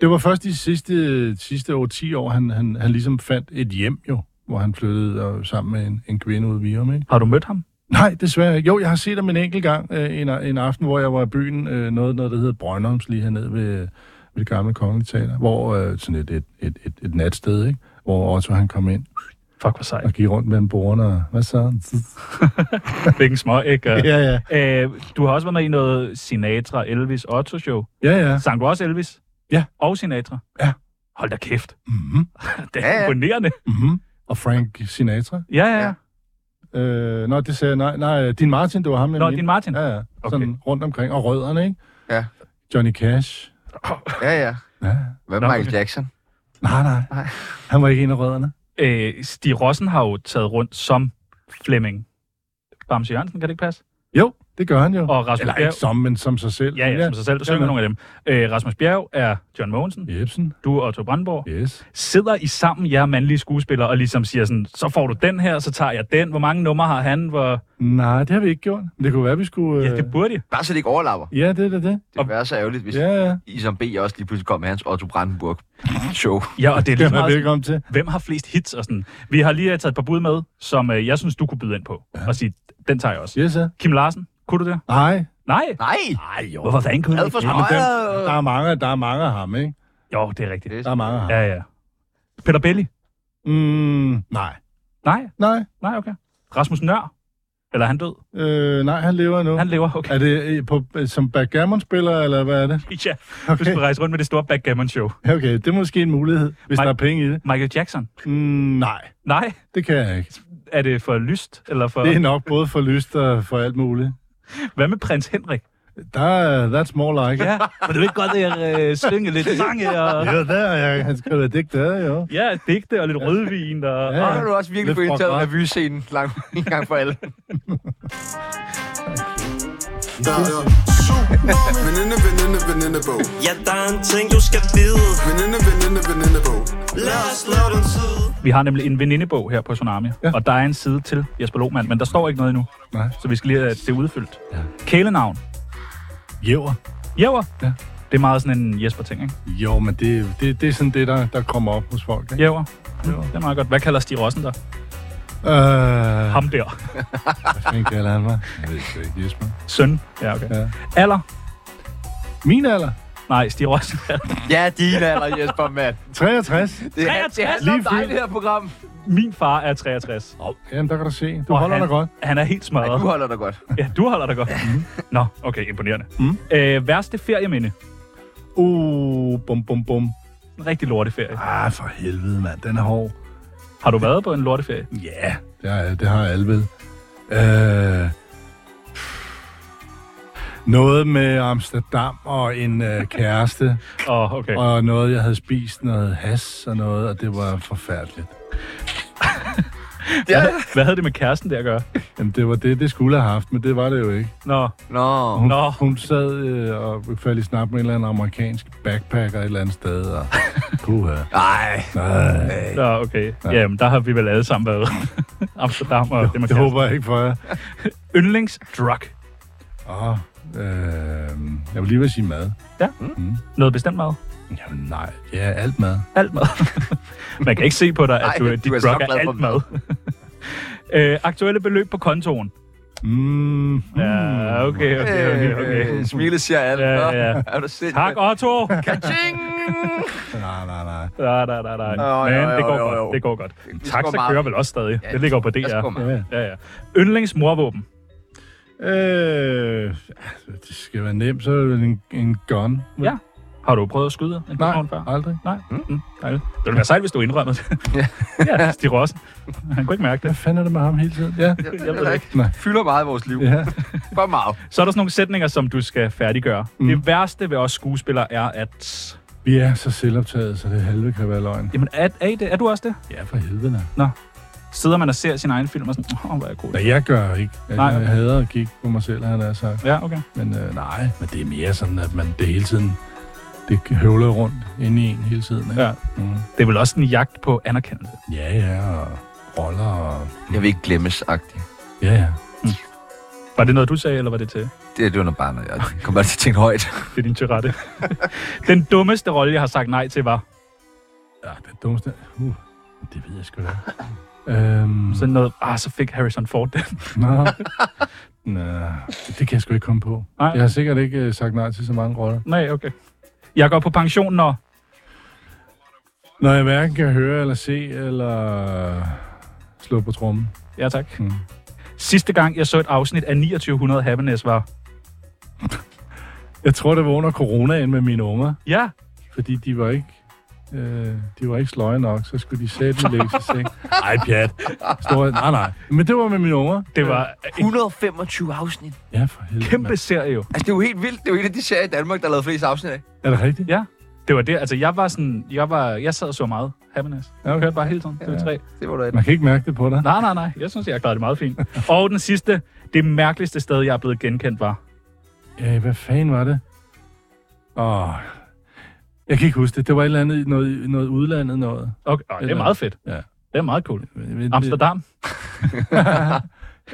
Speaker 4: det var først de sidste, sidste år, 10 år, han, han, han ligesom fandt et hjem jo, hvor han flyttede og, sammen med en, en kvinde ud i Virum, ikke?
Speaker 2: Har du mødt ham?
Speaker 4: Nej, desværre ikke. Jo, jeg har set ham en enkelt gang, øh, en, en aften, hvor jeg var i byen, øh, noget, noget der hedder Brøndholms, lige hernede ved, ved det gamle kongelige teater, hvor øh, sådan et, et, et, et, et natsted, ikke? Hvor Otto han kom ind
Speaker 2: Fuck, hvor
Speaker 4: [laughs]
Speaker 2: sejt.
Speaker 4: og gik rundt mellem bordene, og hvad så?
Speaker 2: Hvilken små, ikke?
Speaker 4: Ja, ja.
Speaker 2: Øh, du har også været med i noget Sinatra, Elvis, Otto show.
Speaker 4: Ja, ja.
Speaker 2: Sang du også Elvis?
Speaker 4: Ja.
Speaker 2: Og Sinatra?
Speaker 4: Ja.
Speaker 2: Hold da kæft.
Speaker 4: Mm-hmm.
Speaker 2: Det
Speaker 1: Ja,
Speaker 2: er
Speaker 1: ja.
Speaker 2: imponerende.
Speaker 4: Mm-hmm. Og Frank Sinatra.
Speaker 2: Ja, ja.
Speaker 1: Ja.
Speaker 4: Øh, nå, det sagde jeg, nej, nej, din Martin, det var ham, jeg
Speaker 2: Nå,
Speaker 4: mente.
Speaker 2: din Martin.
Speaker 4: Ja, ja,
Speaker 2: Okay.
Speaker 4: sådan rundt omkring, og rødderne, ikke?
Speaker 1: Ja.
Speaker 4: Johnny Cash.
Speaker 1: Ja, ja.
Speaker 4: Ja.
Speaker 1: Hvad
Speaker 2: Nå,
Speaker 1: med Michael Jackson?
Speaker 4: Nej, nej,
Speaker 1: Nej.
Speaker 4: han var ikke en af rødderne.
Speaker 2: Øh, Stig Rossen har jo taget rundt som Flemming. Bamse Jørgensen, kan det ikke passe?
Speaker 4: Jo, det gør han jo.
Speaker 2: Og Rasmus
Speaker 4: Eller ikke
Speaker 2: Bjerg.
Speaker 4: som, men som sig selv.
Speaker 2: Ja, ja, som sig selv, der synger
Speaker 4: ja.
Speaker 2: nogle af dem. Øh, Rasmus Bjerg er John Mogensen,
Speaker 4: Jebsen,
Speaker 2: du er Otto Brandborg.
Speaker 4: yes.
Speaker 2: Sidder I sammen, jer mandlige skuespillere, og ligesom siger sådan, så får du den her, så tager jeg den. Hvor mange numre har han? Hvor...
Speaker 4: Nej, det har vi ikke gjort. Men Det kunne være, vi skulle...
Speaker 2: Ja,
Speaker 4: øh,
Speaker 2: det burde I.
Speaker 1: Bare så det ikke overlapper.
Speaker 4: ja det er da det.
Speaker 1: Det ville være så ærgerligt, hvis
Speaker 4: Ja, ja.
Speaker 1: I som B også lige pludselig kom med hans Otto Brandenburg
Speaker 4: Mhm.
Speaker 1: show.
Speaker 2: Ja, og det er
Speaker 4: Det
Speaker 2: lige
Speaker 4: er
Speaker 2: meget,
Speaker 4: velkommen til.
Speaker 2: hvem har flest hits og sådan. Vi har lige øh, taget et par bud med, som øh, jeg synes, du kunne byde ind på. Og sige, den tager jeg også.
Speaker 4: Yes, ja.
Speaker 2: Kim Larsen, kunne du det?
Speaker 4: Nej,
Speaker 2: Nej.
Speaker 1: Nej!
Speaker 2: Nej, jo. Hvorfor fanden kunne du
Speaker 1: Ad
Speaker 2: ikke
Speaker 1: for
Speaker 2: det?
Speaker 1: smøger.
Speaker 4: der er mange, der er mange af ham, ikke?
Speaker 2: Jo, det er rigtigt.
Speaker 1: Det
Speaker 4: Der er mange af ham.
Speaker 2: Ja, ja. Peter Belli?
Speaker 4: Mm, nej.
Speaker 2: Nej,
Speaker 4: Nej,
Speaker 2: nej, okay. Rasmus Nør? Eller er han død?
Speaker 4: øh, nej, han lever nu.
Speaker 2: Han
Speaker 4: Han...
Speaker 2: lever, okay.
Speaker 4: Er det øh, på, øh, som backgammon-spiller, eller hvad er
Speaker 2: [laughs]
Speaker 4: det?
Speaker 2: Ja, du
Speaker 4: Okay.
Speaker 2: skulle rejse rundt med det store backgammon-show.
Speaker 4: Ja, Okay, det er måske en mulighed, hvis
Speaker 2: Nej.
Speaker 4: der er penge i det.
Speaker 2: Michael Jackson?
Speaker 4: Mm, nej,
Speaker 2: Nej.
Speaker 4: det kan jeg ikke.
Speaker 2: Er det for lyst? Eller for...
Speaker 4: Det er nok både for lyst og for alt muligt.
Speaker 2: Hvad med prins Henrik?
Speaker 4: Der er, that's more like it.
Speaker 2: Ja, for du ved godt, at jeg øh, synger lidt sange og...
Speaker 4: Ja, der er jeg. Han skriver digt der, jo.
Speaker 2: Ja, digte og lidt rødvin og...
Speaker 1: Så
Speaker 4: Ja.
Speaker 1: har du også virkelig
Speaker 4: Lidt
Speaker 1: fået indtaget
Speaker 4: frugtbar.
Speaker 1: revyscenen lang, en gang for alle.
Speaker 8: Der er syv veninde, veninde, venindebog.
Speaker 6: Ja, der er en ting, du skal vide.
Speaker 8: Veninde, veninde, venindebog.
Speaker 6: Lad os lave den tid.
Speaker 2: Vi har nemlig en venindebog her på Tsunami, ja.
Speaker 4: Ja.
Speaker 2: og der er en side til Jesper Lohmann, men der står ikke noget endnu,
Speaker 4: Nej.
Speaker 2: så vi skal lige have det udfyldt. Ja. Kælenavn.
Speaker 4: Jæver.
Speaker 2: Jæver.
Speaker 4: Ja.
Speaker 2: Det er meget sådan en Jesper-ting, ikke?
Speaker 4: Jo, men det, det, det er sådan det, der, der kommer op hos folk. Ikke?
Speaker 2: Jæver. Det er meget godt. Hvad kalder Stig Rossen der?
Speaker 4: Øh,
Speaker 2: Ham
Speaker 4: [laughs]
Speaker 2: der.
Speaker 4: hvad fanden kalder han mig? Jeg ved det ikke, Jesper.
Speaker 2: Søn. Ja, okay.
Speaker 4: Ja.
Speaker 2: Alder?
Speaker 4: Min alder?
Speaker 2: Nej, Stig Rossen. [laughs]
Speaker 1: Ja, din alder, Jesper, mand.
Speaker 4: 63.
Speaker 1: Det, er, det
Speaker 2: 63.
Speaker 1: handler om
Speaker 4: Lige
Speaker 1: dig,
Speaker 4: fyldt.
Speaker 1: det her program.
Speaker 2: Min far er 63.
Speaker 4: Jamen, der kan du se. Du
Speaker 2: og
Speaker 4: holder
Speaker 2: han,
Speaker 4: dig godt.
Speaker 2: Han er helt
Speaker 1: Ej, du
Speaker 2: smadret.
Speaker 1: holder dig godt.
Speaker 2: Ja, du holder dig godt. Nå, okay, imponerende. Mm. Øh, værste ferieminde.
Speaker 4: Uh, bum, bum, bum.
Speaker 2: En rigtig lorteferie.
Speaker 4: Ah, for helvede, mand. Den er hård.
Speaker 2: Har du været på en lorteferie?
Speaker 4: Ja, det har, det har jeg alle ved. Øh, noget med Amsterdam og en øh, [laughs] kæreste,
Speaker 2: Åh, oh, okay.
Speaker 4: og noget, jeg havde spist, noget has og noget, og det var forfærdeligt.
Speaker 1: Ja.
Speaker 2: Hvad havde det med kæresten der at gøre?
Speaker 4: Jamen, det var det, det skulle have haft, men det var det jo ikke.
Speaker 2: Nå,
Speaker 1: Nå.
Speaker 4: Hun,
Speaker 2: Nå.
Speaker 4: hun sad øh, og faldt i snak med en eller anden amerikansk backpacker et eller andet sted, [laughs] og puha.
Speaker 1: Nej.
Speaker 4: Nej,
Speaker 2: Nå, okay. Ja. Jamen, der har vi vel alle sammen
Speaker 1: [laughs]
Speaker 2: været. Amsterdam og det, man
Speaker 4: det håber jeg ikke for jer.
Speaker 2: Yndlingsdrug.
Speaker 4: Åh, øh, jeg vil lige ved at sige mad.
Speaker 2: Ja. Mm. Noget bestemt mad?
Speaker 4: Jamen nej, ja, alt mad.
Speaker 1: [laughs]
Speaker 2: Alt mad. man kan ikke se på dig, at
Speaker 1: Nej,
Speaker 2: du,
Speaker 1: du
Speaker 2: dit
Speaker 1: er så
Speaker 2: drug er
Speaker 1: glad for
Speaker 2: alt mad. [laughs] øh, aktuelle beløb på kontoen.
Speaker 4: Mm.
Speaker 1: Hmm.
Speaker 2: Ja, okay, okay, okay. okay.
Speaker 1: Øh, Smile siger alt.
Speaker 2: Ja, ja, ja.
Speaker 1: Nå, Er du sindssygt?
Speaker 2: Tak,
Speaker 1: [laughs]
Speaker 2: Otto!
Speaker 1: Ching!
Speaker 4: Nej, nej, nej.
Speaker 2: Nej, nej, nej, nej.
Speaker 1: Jo, jo,
Speaker 2: Men
Speaker 1: jo,
Speaker 2: det går
Speaker 1: jo,
Speaker 2: godt,
Speaker 1: jo.
Speaker 2: det går godt.
Speaker 1: Det går
Speaker 2: Taxa
Speaker 1: meget.
Speaker 2: kører vel også stadig.
Speaker 1: Ja,
Speaker 2: Det ligger på
Speaker 1: Jeg
Speaker 2: DR.
Speaker 1: skal mig.
Speaker 4: Ja.
Speaker 2: Ja, ja. Yndlingsmorvåben.
Speaker 4: Øh, altså, det skal være nemt, så er det vel en, en gun.
Speaker 2: Ja. Har du prøvet at skyde en
Speaker 4: Nej,
Speaker 2: person før?
Speaker 4: aldrig.
Speaker 2: Nej. Mm. Dejligt. Det ville være sejt, hvis du indrømmede det.
Speaker 1: [laughs] Ja.
Speaker 2: ja, Stig Rossen. Han kunne ikke mærke
Speaker 4: Hvad
Speaker 2: det.
Speaker 4: fanden er det med ham hele tiden? Ja,
Speaker 2: Jeg ved det ikke.
Speaker 4: nej.
Speaker 1: Fylder meget i vores liv.
Speaker 4: Ja.
Speaker 1: For meget.
Speaker 2: Så er der sådan nogle sætninger, som du skal færdiggøre. Mm. Det værste ved os skuespillere er, at...
Speaker 4: Vi er så selvoptaget, så det halve kan være løgn.
Speaker 2: Jamen, er, er, I det? er du også det?
Speaker 4: Ja, for helvede. nej.
Speaker 2: Sidder man og ser sin egen film og sådan, åh, oh, hvor er jeg god.
Speaker 4: Nej, jeg gør ikke. Jeg,
Speaker 2: Nej,
Speaker 4: nej,
Speaker 2: okay.
Speaker 4: jeg hader at kigge på mig selv, han har sagt.
Speaker 2: Ja, okay.
Speaker 4: Men øh, nej, men det er mere sådan, at man det hele tiden, det høvler rundt inde i en hele tiden. Ikke?
Speaker 2: Ja.
Speaker 4: Mm.
Speaker 2: Det er vel også en jagt på anerkendelse.
Speaker 4: ja, ja, og roller og...
Speaker 1: Jeg vil ikke glemmes-agtig.
Speaker 4: Ja, ja.
Speaker 2: Var det noget, du sagde, eller var det til?
Speaker 1: Det, det var noget bare noget, jeg kom bare til at tænke højt.
Speaker 2: Det er din
Speaker 1: [laughs]
Speaker 2: tyrette. Den dummeste rolle, jeg har sagt nej til, var
Speaker 4: Ja, den dummeste... Uh, det ved jeg [clears throat] sgu da. øhm,
Speaker 2: sådan noget, ah, så fik Harrison Ford den.
Speaker 4: Nå. [laughs] Nå, det kan jeg sgu ikke komme på.
Speaker 2: Nej.
Speaker 4: Jeg har sikkert ikke øh, sagt nej til så mange roller.
Speaker 2: Nej, okay. Jeg går på pension, når...
Speaker 4: Når jeg hverken kan høre eller se eller slå på trommen.
Speaker 2: Ja, tak.
Speaker 4: Mm.
Speaker 2: Sidste gang, jeg så et afsnit af 2900 Happiness, var...
Speaker 4: Jeg tror, det var under coronaen med mine unger,
Speaker 2: Ja,
Speaker 4: fordi de var ikke Øh, de var ikke sløje nok, så skulle de sætte lægge [laughs] sig i seng. Ej, pjat. Store, nej, nej. Men det var med mine unger.
Speaker 2: Det var en
Speaker 1: 125 afsnit.
Speaker 4: Ja, for helvede.
Speaker 2: kæmpe
Speaker 4: mand.
Speaker 2: serie jo.
Speaker 1: Altså, det er jo helt vildt. Det er jo en af de serier i Danmark, der har lavet flest afsnit af.
Speaker 4: Er det rigtigt?
Speaker 2: Ja, det var det. Altså, jeg var sådan... Jeg, var, jeg sad og så meget Happiness. Jeg
Speaker 4: Okay.
Speaker 2: hørte bare hele tiden. Det var tre.
Speaker 1: Det var da et.
Speaker 4: Man kan ikke mærke det på dig.
Speaker 2: Nej, nej, nej. Jeg synes, jeg klarede det meget fint. Og den sidste, det mærkeligste sted, jeg er blevet genkendt, var...
Speaker 4: Ja, Øh, hvad fanden var det? Åh, jeg kan ikke huske det. Det var et eller andet, noget, noget udlandet noget.
Speaker 2: Okay, øh, det er meget fedt.
Speaker 4: Ja.
Speaker 2: Det er meget cool.
Speaker 4: Men- men-
Speaker 2: Amsterdam.
Speaker 4: Jeg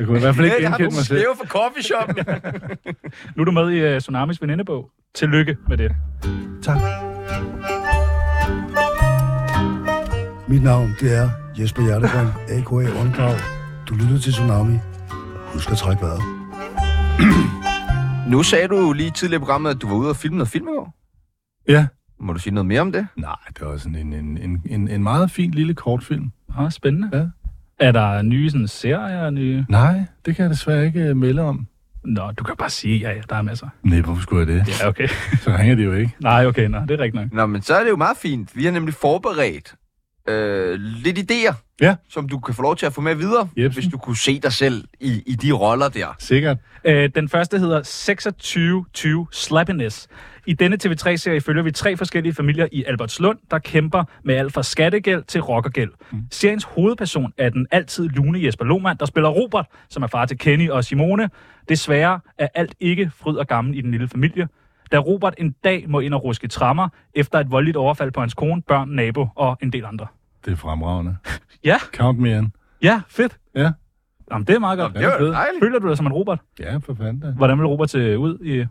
Speaker 4: kunne i hvert
Speaker 1: [laughs]
Speaker 4: fald
Speaker 1: Ja,
Speaker 4: ikke
Speaker 1: jeg har
Speaker 4: genkende
Speaker 1: nogle
Speaker 4: mig selv.
Speaker 1: skæve fra coffeeshoppen.
Speaker 4: [laughs]
Speaker 2: Nu er du med i uh, Tsunamis venindebog. Tillykke med det.
Speaker 7: Mit navn, det er Jesper Hjertegrøn, a.k.a. Åndgrav. Du lytter til Tsunami. Husk at trække vejret.
Speaker 1: nu sagde du lige tidligere i programmet, at du var ude og filme noget film i går.
Speaker 4: Ja.
Speaker 1: Må du sige noget mere om det?
Speaker 4: Nej, det var sådan en, en, en, en, en meget fin lille kortfilm.
Speaker 2: Ah, spændende.
Speaker 4: Ja.
Speaker 2: Er der nye sådan, serier? Nye...
Speaker 4: Nej, det kan jeg desværre ikke øh, melde om.
Speaker 2: Nå, du kan bare sige, ja, ja, der er masser.
Speaker 4: Nej, hvorfor skulle jeg det?
Speaker 2: Ja, okay.
Speaker 4: Så ringer det jo ikke.
Speaker 2: nej, okay, nej, det er rigtigt nok.
Speaker 1: Nå, men så er det jo meget fint. Vi har nemlig forberedt øh, lidt idéer,
Speaker 4: Ja.
Speaker 1: som du kan få lov til at få med videre,
Speaker 4: Jebsen.
Speaker 1: hvis du kunne se dig selv i, i de roller der.
Speaker 4: Sikkert.
Speaker 2: Øh, den første hedder 2620 Slappiness. I denne TV3-serie følger vi tre forskellige familier i Albertslund, der kæmper med alt fra skattegæld til rockergæld. Mm. Seriens hovedperson er den altid lune Jesper Lohmann, der spiller Robert, som er far til Kenny og Simone. Desværre er alt ikke fryd og gammel i den lille familie. Da Robert en dag må ind og ruske trammer efter et voldeligt overfald på hans kone, børn, nabo og en del andre.
Speaker 4: Det er fremragende.
Speaker 2: Ja,
Speaker 4: Count me in.
Speaker 2: ja, fedt.
Speaker 4: Ja.
Speaker 2: Jamen, det er meget godt.
Speaker 4: Ja,
Speaker 1: Det var
Speaker 4: fedt.
Speaker 1: dejligt.
Speaker 2: Føler du dig som en Robert?
Speaker 4: Ja, for fanden da.
Speaker 2: Hvordan vil Robert se ud i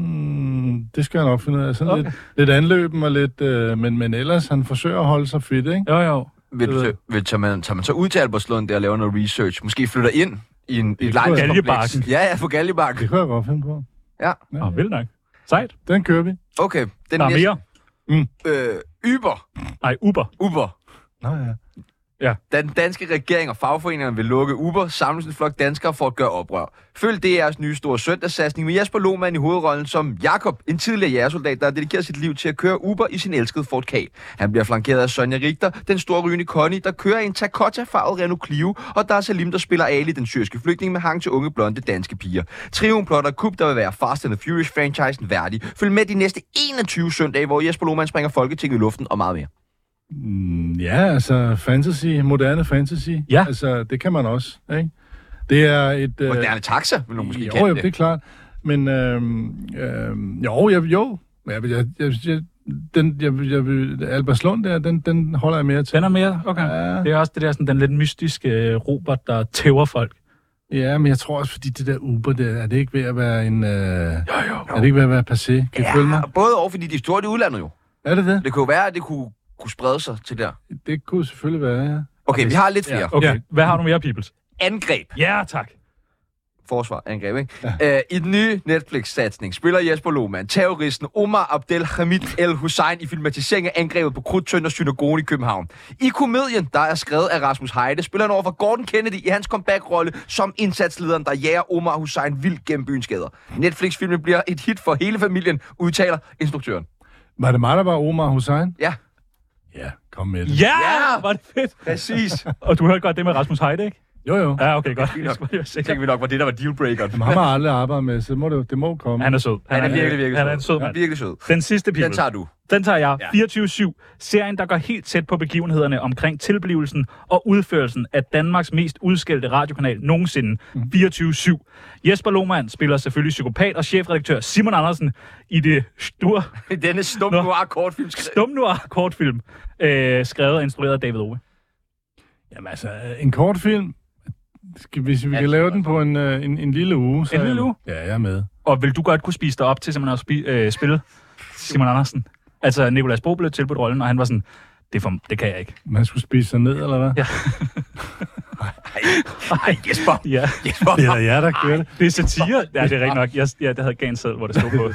Speaker 4: Mm, det skal jeg nok finde ud af. Sådan
Speaker 2: Okay.
Speaker 4: okay. lidt, lidt anløben og lidt... Øh, men, men ellers, han forsøger at holde sig fit, ikke?
Speaker 2: Jo, jo.
Speaker 1: Vil,
Speaker 4: Det
Speaker 1: du
Speaker 4: ved
Speaker 1: så- vil, tager, man, tager man så ud til Albertslund der og laver noget research? Måske flytter ind i, en, i et
Speaker 4: tror jeg.
Speaker 1: lejlighedskompleks?
Speaker 2: Galgebakken.
Speaker 1: Ja, ja, på Galjebakken.
Speaker 4: Det kunne jeg godt finde på.
Speaker 1: Ja.
Speaker 2: Nå, vildt nok. Sejt.
Speaker 4: Den kører vi.
Speaker 1: Okay, den
Speaker 2: Der er mere.
Speaker 1: Øh, Uber.
Speaker 2: Nej, Uber.
Speaker 1: Uber.
Speaker 4: Nå ja.
Speaker 1: Da den danske regering og fagforeningerne vil lukke Uber, samles en flok danskere for at gøre oprør. Følg DR's nye store søndagssatsning med Jesper Lohmann i hovedrollen som Jakob, en tidligere jægersoldat, der har dedikeret sit liv til at køre Uber i sin elskede Ford K. Han bliver flankeret af Sonja Richter, den store rygende Connie, der kører i en Takota-farvet Renault Clio, og der er Salim, der spiller Ali, den syriske flygtning med hang til unge blonde danske piger. Triven plotter kup, der vil være Fast and the Furious-franchisen værdig. Følg med de næste 21 søndage, hvor Jesper Lohmann springer Folketinget i luften og meget mere.
Speaker 4: Mm, ja, altså fantasy, moderne fantasy.
Speaker 2: Ja.
Speaker 4: Altså, det kan man også, ikke? Det er et... Øh,
Speaker 1: Moderne taxa, vil nogen måske
Speaker 4: jo,
Speaker 1: kalde
Speaker 4: jo,
Speaker 1: det.
Speaker 4: det er klart. Men øhm, øhm, jo, jeg, jo. Jeg, jeg, jeg, jeg, den, jeg, jeg, Albertslund der, den, den holder jeg mere til.
Speaker 2: Den er mere. Okay.
Speaker 4: Ja.
Speaker 2: Det er også det der, sådan, den lidt mystiske øh, Robert, der tæver folk.
Speaker 4: Ja, men jeg tror også, fordi det der Uber, der, er det ikke ved at være en... Øh, jo, jo, jo. Er det ikke ved at være passé? Kan ja. følge mig?
Speaker 1: Ja, både over, fordi de er store i udlandet jo.
Speaker 4: Er det det?
Speaker 1: Det kunne jo være, at det kunne, kunne sprede sig til der.
Speaker 4: Det kunne selvfølgelig være, ja.
Speaker 1: Okay, vi har lidt flere. Ja.
Speaker 2: Okay,
Speaker 4: Ja.
Speaker 2: hvad har du mere, Peoples?
Speaker 1: Angreb.
Speaker 2: Ja, tak.
Speaker 1: Forsvar, angreb, ikke? Ja. Æ, I den nye Netflix-satsning spiller Jesper Lohmann terroristen Omar Abdelhamid El Hussein i filmatisering af angrebet på Krudtønder Synagogen i København. I komedien, der er skrevet af Rasmus Heide, spiller han over for Gordon Kennedy i hans comeback-rolle som indsatslederen, der jager Omar Hussein vildt gennem byens gader. Netflix-filmen bliver et hit for hele familien, udtaler instruktøren.
Speaker 4: Var det mig, der var Omar Hussein?
Speaker 1: Ja,
Speaker 4: Ja, kom med det.
Speaker 2: Ja,
Speaker 1: Ja!
Speaker 2: var det fedt.
Speaker 1: præcis.
Speaker 2: Og du hørte godt det med Rasmus Heide, ikke?
Speaker 4: Jo, jo.
Speaker 2: Ja, okay, godt.
Speaker 1: fint
Speaker 2: [laughs] Jeg
Speaker 1: nok.
Speaker 2: skulle lige være sikker.
Speaker 1: Tænker vi nok var det, der var dealbreakeren. [laughs]
Speaker 4: Jamen, ham har aldrig arbejdet med, så det må, det, det må komme.
Speaker 2: Han er sød.
Speaker 1: Han er virkelig, virkelig
Speaker 2: Han
Speaker 1: sød.
Speaker 2: er en sød
Speaker 1: Han er
Speaker 2: mand.
Speaker 1: virkelig sød.
Speaker 2: Den sidste, Peoples.
Speaker 1: Den tager du.
Speaker 2: Den tager jeg.
Speaker 1: Ja.
Speaker 2: 24-7. Serien, der går helt tæt på begivenhederne omkring tilblivelsen og udførelsen af Danmarks mest udskældte radiokanal nogensinde.
Speaker 1: Mhm.
Speaker 2: 24-7. Jesper Lohmann spiller selvfølgelig psykopat og chefredaktør Simon Andersen i det store
Speaker 1: Denne stum
Speaker 2: Nå.
Speaker 1: noir [laughs] kortfilm.
Speaker 2: stumnoir kortfilm, øh, skrevet og instrueret af David Ove.
Speaker 4: Jamen altså, en kort film. Skal, hvis vi kan lave den på en, øh, en, en lille uge. Så
Speaker 2: En lille
Speaker 4: er jeg-
Speaker 2: uge?
Speaker 4: Ja, jeg er med.
Speaker 2: Og vil du godt kunne spise dig op til simpelthen at spi- øh, spille Simon Andersen? Altså, Nicolas Bro blev tilbudt rollen, og han var sådan, det, er for, det kan jeg ikke.
Speaker 4: Man skulle spise sig ned, eller hvad?
Speaker 2: Ja.
Speaker 1: Ej, Jesper.
Speaker 2: Ja,
Speaker 1: Jesper.
Speaker 4: [laughs] Det er da jer, der kører det.
Speaker 2: det er satire. Ja, det er rigtigt nok. Jeg, ja, det havde jeg gansæd, hvor det stod [laughs] på.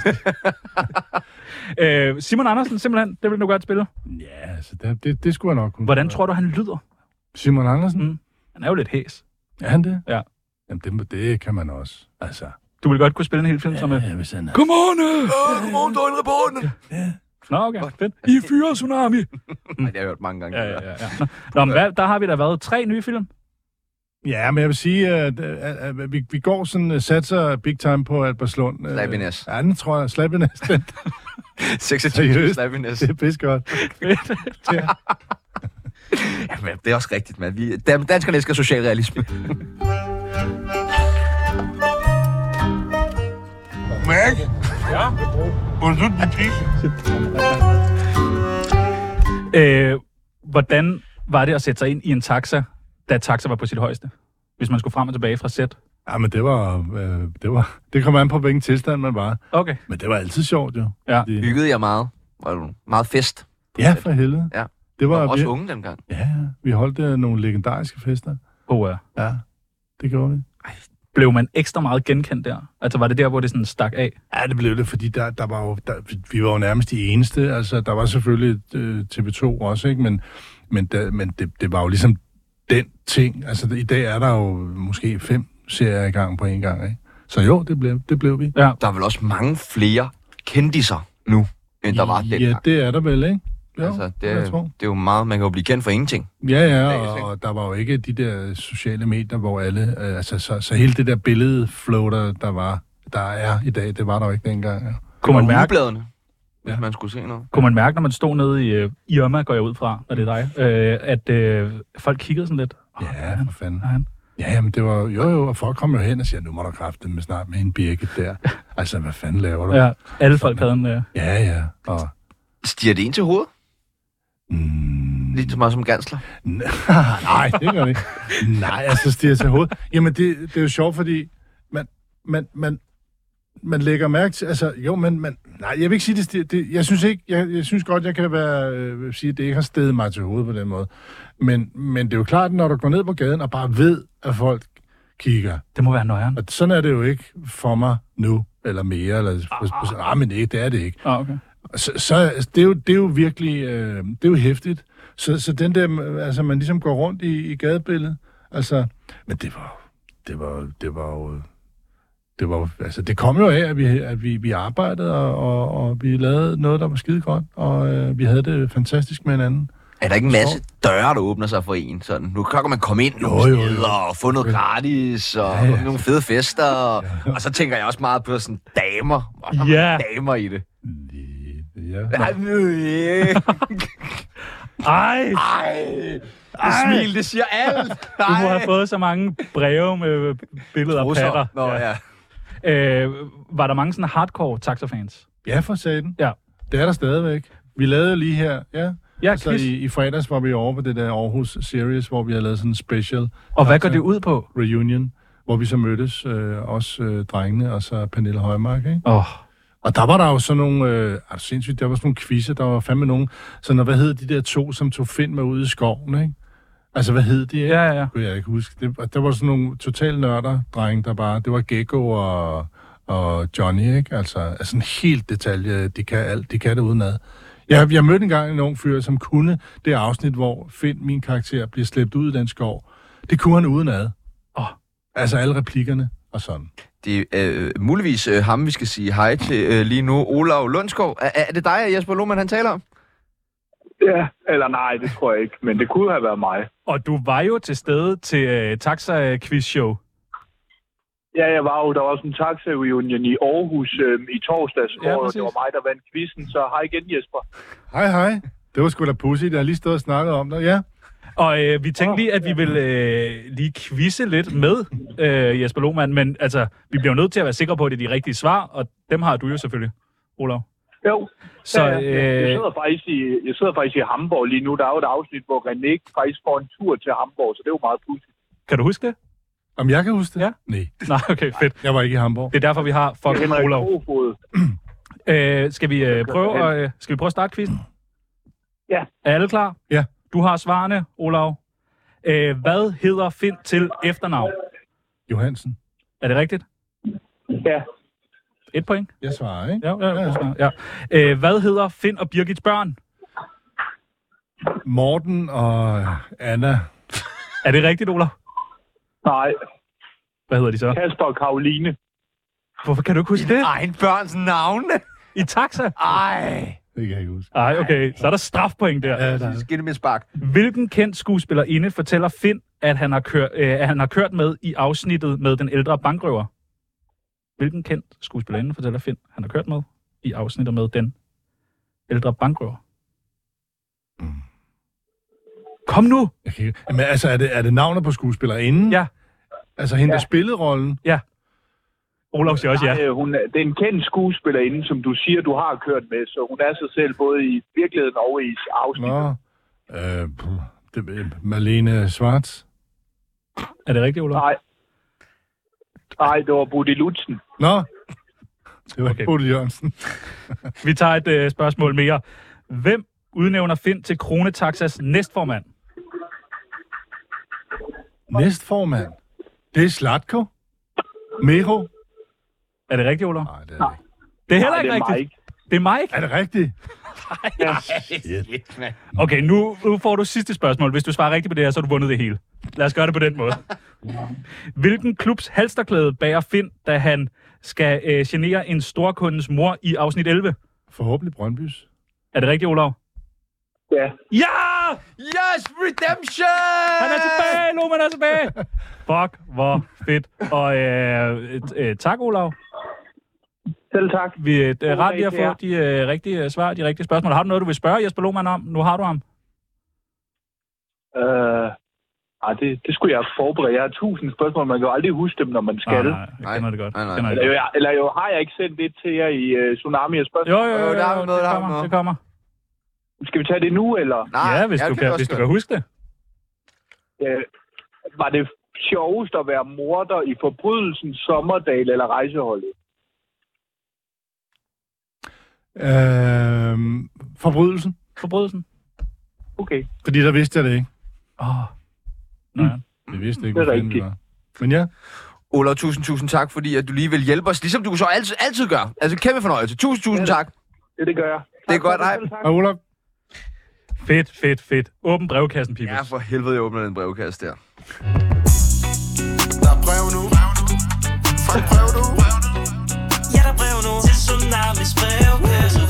Speaker 2: øh, Simon Andersen, simpelthen, det vil du godt spille.
Speaker 4: Ja, altså, det, det, det skulle jeg nok kunne.
Speaker 2: Ah. Hvordan tror du, han lyder?
Speaker 4: Simon Andersen?
Speaker 2: Mm. Han er jo lidt hæs.
Speaker 4: Er han det?
Speaker 2: Mm. Ja.
Speaker 4: Jamen, det, det kan man også. Altså.
Speaker 2: Du vil godt kunne spille en hel film som... øh,
Speaker 4: hvis han er...
Speaker 2: Godmorgen!
Speaker 1: Godmorgen, døgnreporten.
Speaker 2: Nå, okay. Fedt. I fyrer tsunami!
Speaker 1: Nej, det har jeg hørt mange gange.
Speaker 2: Ja, ja, ja. ja. Nå, men hvad, der har vi da været tre nye film.
Speaker 4: Ja, men jeg vil sige, at, at, at, at vi, vi går sådan, øh, satser big time på Albertslund. øh,
Speaker 1: Slappiness.
Speaker 4: Ja, den tror jeg. Slappiness, [laughs] den,
Speaker 1: 26
Speaker 4: Seriøst?
Speaker 1: slappiness.
Speaker 4: det er pisse godt.
Speaker 1: Jamen, det er også rigtigt, mand. Vi, dan- danskerne elsker socialrealisme.
Speaker 2: Øh, hvordan var det at sætte sig ind i en taxa, da taxa var på sit højeste? Hvis man skulle frem og tilbage fra sæt.
Speaker 4: Ja, men det var, øh, det var... Det kom an på, hvilken tilstand man var.
Speaker 2: Okay.
Speaker 4: Men det var altid sjovt, jo.
Speaker 2: Ja.
Speaker 4: Fordi-
Speaker 1: Hyggede jeg meget. Var du meget fest.
Speaker 4: ja, for helvede.
Speaker 1: Ja.
Speaker 4: Det
Speaker 1: Var
Speaker 4: var,
Speaker 1: også
Speaker 4: vi,
Speaker 1: unge dengang.
Speaker 4: ja, vi holdt øh, nogle legendariske fester.
Speaker 2: Oh, uh,
Speaker 4: Ja, det gjorde vi.
Speaker 2: blev man ekstra meget genkendt der? Altså var det der, hvor det sådan stak af?
Speaker 4: Ja, det blev det, fordi der, der var jo, der, vi var jo nærmest de eneste. Altså, der var selvfølgelig øh, TV2 også, ikke? Men, men, der, men det, det var jo ligesom den ting. Altså, i dag er der jo måske fem serier i gang på en gang, ikke? Så jo, det blev, det blev vi.
Speaker 2: Ja.
Speaker 1: Der er vel også mange flere kendiser nu, end der var dengang.
Speaker 4: Ja, det er der vel, ikke? Jo,
Speaker 1: altså, det,
Speaker 4: jeg tror.
Speaker 1: det er jo meget, man kan jo blive kendt for ingenting.
Speaker 4: Ja, ja,
Speaker 1: dags, ikke?
Speaker 4: og, og der var jo ikke de der sociale medier, hvor alle... Øh, altså, så, så hele det der billedflow, der, der var der er i dag, det var der jo ikke dengang. Ja.
Speaker 2: Kunne man,
Speaker 1: Og
Speaker 2: mærke,
Speaker 1: ugebladene, hvis
Speaker 4: Ja.
Speaker 1: man skulle se noget.
Speaker 2: kunne man mærke, når man stod nede i øh, Irma, går jeg ud fra, når det er dig, øh, at øh, folk kiggede sådan lidt. Åh,
Speaker 4: Ja, for fanden.
Speaker 2: nej, han-
Speaker 4: Ja, men det var jo, jo, og folk kom jo hen og siger, nu må du kræfte med snart med en birke [laughs] der. Altså, hvad fanden laver du? Ja,
Speaker 2: Ja, alle folk havde en... Øh,
Speaker 4: ja. ja. Og,
Speaker 1: Stiger det en til hovedet?
Speaker 4: mm,
Speaker 1: Lidt så meget som gansler.
Speaker 4: [laughs] nej, det gør det ikke. Nej, altså, stiger til hovedet. Jamen, det, det er jo sjovt, fordi man, man, man, man lægger mærke til, altså, jo, men, man, nej, jeg vil ikke sige det, stiger, det jeg synes ikke, jeg, jeg synes godt, jeg kan være, øh, sige, at det ikke har stedet mig til hovedet på den måde. Men, men det er jo klart, når du går ned på gaden og bare ved, at folk kigger,
Speaker 2: det må være nøjeren.
Speaker 4: Og sådan er det jo ikke for mig nu, eller mere, eller ah, ah men ikke, det er det ikke.
Speaker 2: Ah, okay.
Speaker 4: Så, så det, er jo, det er jo virkelig, øh, det er jo hæftigt. Så, så den der, altså man ligesom går rundt i, i gadebilledet, altså, men det var, det var, det var jo, det var, jo- altså det kom jo af, at vi, at vi, vi arbejdede, og, og, og vi lavede noget, der var skide godt, og øh, vi havde det fantastisk med hinanden.
Speaker 1: Er der ikke en masse døre, der åbner sig for en? Sådan, nu kan man komme ind nogle
Speaker 4: Jo, jo, jo.
Speaker 1: steder og få noget gratis og ja, ja. nogle fede fester. Og, og så tænker jeg også meget på sådan damer. Hvor er der
Speaker 2: Ja.
Speaker 1: mange damer i det?
Speaker 4: Ja.
Speaker 1: Ej, øh,
Speaker 2: Ej,
Speaker 1: Ej, [laughs] det smil, det siger alt.
Speaker 2: du må have
Speaker 1: Ej.
Speaker 2: fået så mange breve med billeder af patter.
Speaker 1: Russer. Nå, ja.
Speaker 2: Øh, var der mange sådan hardcore taxafans?
Speaker 4: Ja, for satan.
Speaker 2: Ja.
Speaker 4: Det er der stadigvæk. Vi lavede lige her, ja.
Speaker 2: Ja,
Speaker 4: altså,
Speaker 2: quiz.
Speaker 4: i, i fredags var vi over på det der Aarhus Series, hvor vi havde lavet sådan en special Altså,
Speaker 2: Og hvad går det ud på?
Speaker 4: reunion, hvor vi så mødtes, øh, også øh, drengene og så Pernille Højmark, ikke?
Speaker 2: Åh, oh,
Speaker 4: Og der var der jo sådan nogle, øh, er du sindssygt, der var sådan nogle quizzer, der var fandme nogen, sådan, og hvad hed de der to, som tog Finn med ud i skoven, ikke? Altså, hvad hed de, ikke?
Speaker 2: ja, ja, ja.
Speaker 4: kunne jeg ikke huske. Det, og der var sådan nogle total nørder, drenge, der bare... Det var Gecko og, og Johnny, ikke? Altså, altså sådan helt detalje. De kan alt. De kan det udenad. Jeg, jeg mødte engang en ung fyr, som kunne det afsnit, hvor Finn, min karakter, bliver slæbt ud i den skov. Det kunne han udenad.
Speaker 2: Åh.
Speaker 4: Altså alle replikkerne og sådan.
Speaker 1: Det er øh, muligvis øh, ham, vi skal sige hej til øh, lige nu. Olav Lundskov. Er, er det dig, Jesper Lohmann, han taler om?
Speaker 9: Ja, eller nej, det tror jeg ikke, men det kunne have været mig.
Speaker 2: Og du var jo til stede til øh, Taxa Quiz Show.
Speaker 9: Ja, jeg var jo, der var også en taxa-reunion i Aarhus øhm, i torsdags,
Speaker 2: Ja,
Speaker 9: ja, hvor
Speaker 2: præcis.
Speaker 9: det var mig, der vandt quizzen, så hej igen Jesper.
Speaker 4: Hej, hej. Det var sgu da pudsigt. Jeg har lige stået og snakket om dig. Ja,
Speaker 2: Og øh, vi tænkte lige, at vi ville øh, lige quizze lidt med øh, Jesper Lohmann, men altså, vi bliver jo nødt til at være sikre på, at det er de rigtige svar, og dem har du jo selvfølgelig, Olav.
Speaker 9: Jo,
Speaker 2: Så,
Speaker 9: ja, ja. Jeg- jeg,
Speaker 2: øh,
Speaker 9: sidder faktisk i, jeg sidder faktisk i Hamburg lige nu. Der er jo et afsnit, hvor René faktisk får en tur til Hamburg, så det er jo meget pudsigt.
Speaker 2: kan du
Speaker 9: [laughs]
Speaker 2: huske det?
Speaker 4: om jeg kan huske det?
Speaker 2: Ja.
Speaker 4: Nej,
Speaker 2: Nej, okay, fedt.
Speaker 4: jeg var ikke i Hamburg.
Speaker 2: Det er derfor, vi har fucking
Speaker 9: Henrik
Speaker 2: Olav.
Speaker 9: Kofod.
Speaker 2: [clears throat] Øh, skal, vi, øh, prøve at, øh, skal vi prøve at starte quizzen?
Speaker 9: Ja.
Speaker 2: Er alle klar?
Speaker 4: Ja.
Speaker 2: Du har svarene, Olav. Øh, hvad hedder Finn til efternavn?
Speaker 4: Johansen.
Speaker 2: Er det rigtigt?
Speaker 9: Ja,
Speaker 2: Et point?
Speaker 4: Jeg svarer, ikke?
Speaker 2: Ja, ja, ja. ja. Øh, hvad hedder Finn og Birgits børn?
Speaker 4: Morten og Anna.
Speaker 2: Er det rigtigt, Olav?
Speaker 9: nej.
Speaker 2: Hvad hedder de så?
Speaker 9: Kasper og Karoline.
Speaker 2: Hvorfor kan du ikke huske det?
Speaker 1: Egen børns navne.
Speaker 2: I taxa?
Speaker 1: Ej.
Speaker 4: Det kan jeg ikke huske.
Speaker 2: Ej, okay. Så er der strafpoint der.
Speaker 4: Ja, der er-
Speaker 1: Skinne med spark.
Speaker 2: Hvilken kendt skuespillerinde fortæller Finn, at han, har kørt, øh, at han har kørt med i afsnittet med den ældre bankrøver? Hvilken kendt skuespillerinde fortæller Finn, han har kørt med i afsnittet med den ældre bankrøver? Kom nu!
Speaker 4: jeg kan ikke... Men altså, er det, er det navnet på skuespillerinden?
Speaker 2: Ja.
Speaker 4: Altså hende, der spillede rollen?
Speaker 2: Olaf siger også ja.
Speaker 9: Øh, Hun, er- det er en kendt skuespillerinde, som du siger, du har kørt med, så hun er sig selv både i virkeligheden og i afsnittet.
Speaker 4: Nå. Øh, puh, det, ved- Malene Schwartz?
Speaker 2: Er det rigtigt, Olaf?
Speaker 9: Nej. Nej, det var Budi Lutzen.
Speaker 4: Nå. Det var okay.
Speaker 2: Okay.
Speaker 4: Bodil Jørgensen.
Speaker 2: Vi tager et øh, spørgsmål mere. Hvem udnævner Finn til Kronetaxas næstformand?
Speaker 4: Næstformand. Det er Slatko. Mero.
Speaker 2: Er det rigtigt, Olaf?
Speaker 4: Nej, det er det ikke.
Speaker 2: Det er heller
Speaker 9: Nej,
Speaker 2: ikke
Speaker 9: det er
Speaker 2: rigtigt.
Speaker 9: Mike.
Speaker 2: Det er Mike.
Speaker 4: Er det rigtigt?
Speaker 2: Okay, nu, nu får du sidste spørgsmål. Hvis du svarer rigtigt på det her, så har du vundet det hele. Lad os gøre det på den måde. Hvilken klubs halsterklæde bærer Finn, da han skal øh, genere en storkundens mor i afsnit 11?
Speaker 4: Forhåbentlig Brøndbys.
Speaker 2: Er det rigtigt, Olav?
Speaker 9: Ja.
Speaker 2: Ja!
Speaker 1: Yes, redemption!
Speaker 2: Han er tilbage! Lohmann er tilbage! Fuck, hvor fedt. Og øh, øh, tak, Olav.
Speaker 9: Selv tak.
Speaker 2: Vi er øh,
Speaker 9: God
Speaker 2: rart
Speaker 9: dag
Speaker 2: lige at
Speaker 9: til jer.
Speaker 2: få de øh, rigtige svar, de rigtige spørgsmål. Har du noget, du vil spørge Jesper Lohmann om? Nu har du ham.
Speaker 9: Øh, ej, det, det skulle jeg forberede. Jeg har tusind spørgsmål, man kan jo aldrig huske dem, når man skal.
Speaker 2: Nej, nej, Ah, jeg kender det godt.
Speaker 1: Nej, nej.
Speaker 2: Kender det
Speaker 9: Eller,
Speaker 2: godt.
Speaker 9: jo, eller jo, har jeg ikke sendt det til jer i uh, Tsunami og spørgsmål?
Speaker 2: Jo, jo, jo, jo,
Speaker 1: Jo, der har vi
Speaker 2: jo,
Speaker 1: noget,
Speaker 2: det
Speaker 1: der har vi
Speaker 2: kommer,
Speaker 1: noget.
Speaker 2: det kommer.
Speaker 9: Skal vi tage det nu, eller?
Speaker 1: Nej,
Speaker 2: Ja, hvis,
Speaker 1: det
Speaker 2: du, kan,
Speaker 1: jeg
Speaker 2: hvis du
Speaker 1: også
Speaker 2: kan
Speaker 1: godt.
Speaker 2: huske det.
Speaker 9: Øh, var det sjovest at være morder i forbrydelsen Sommerdal eller rejseholdet?
Speaker 4: Øh, forbrydelsen.
Speaker 2: Forbrydelsen.
Speaker 9: Okay.
Speaker 4: Fordi der vidste jeg det ikke.
Speaker 2: Åh. Nej.
Speaker 4: Jeg vidste ikke,
Speaker 9: Det er
Speaker 4: hvad fanden det
Speaker 9: rigtigt.
Speaker 4: var. Men ja,
Speaker 1: Ola, tusind, tusind tak, fordi at du lige vil hjælpe os, ligesom du så altid, altid gør. Altså, kæmpe fornøjelse. Tusind, tusind tak.
Speaker 9: Det, det gør jeg.
Speaker 1: Det er godt,
Speaker 9: for
Speaker 1: hej.
Speaker 9: selv, tak.
Speaker 4: og Olaf,
Speaker 2: Fedt, fedt, fedt. Åbn brevkassen, Pibus.
Speaker 1: Ja, for helvede, jeg åbner den brevkasse der.
Speaker 8: Der er brev nu. Fra en brev nu.
Speaker 6: Ja, der er brev nu til Tsunamis brevkasse.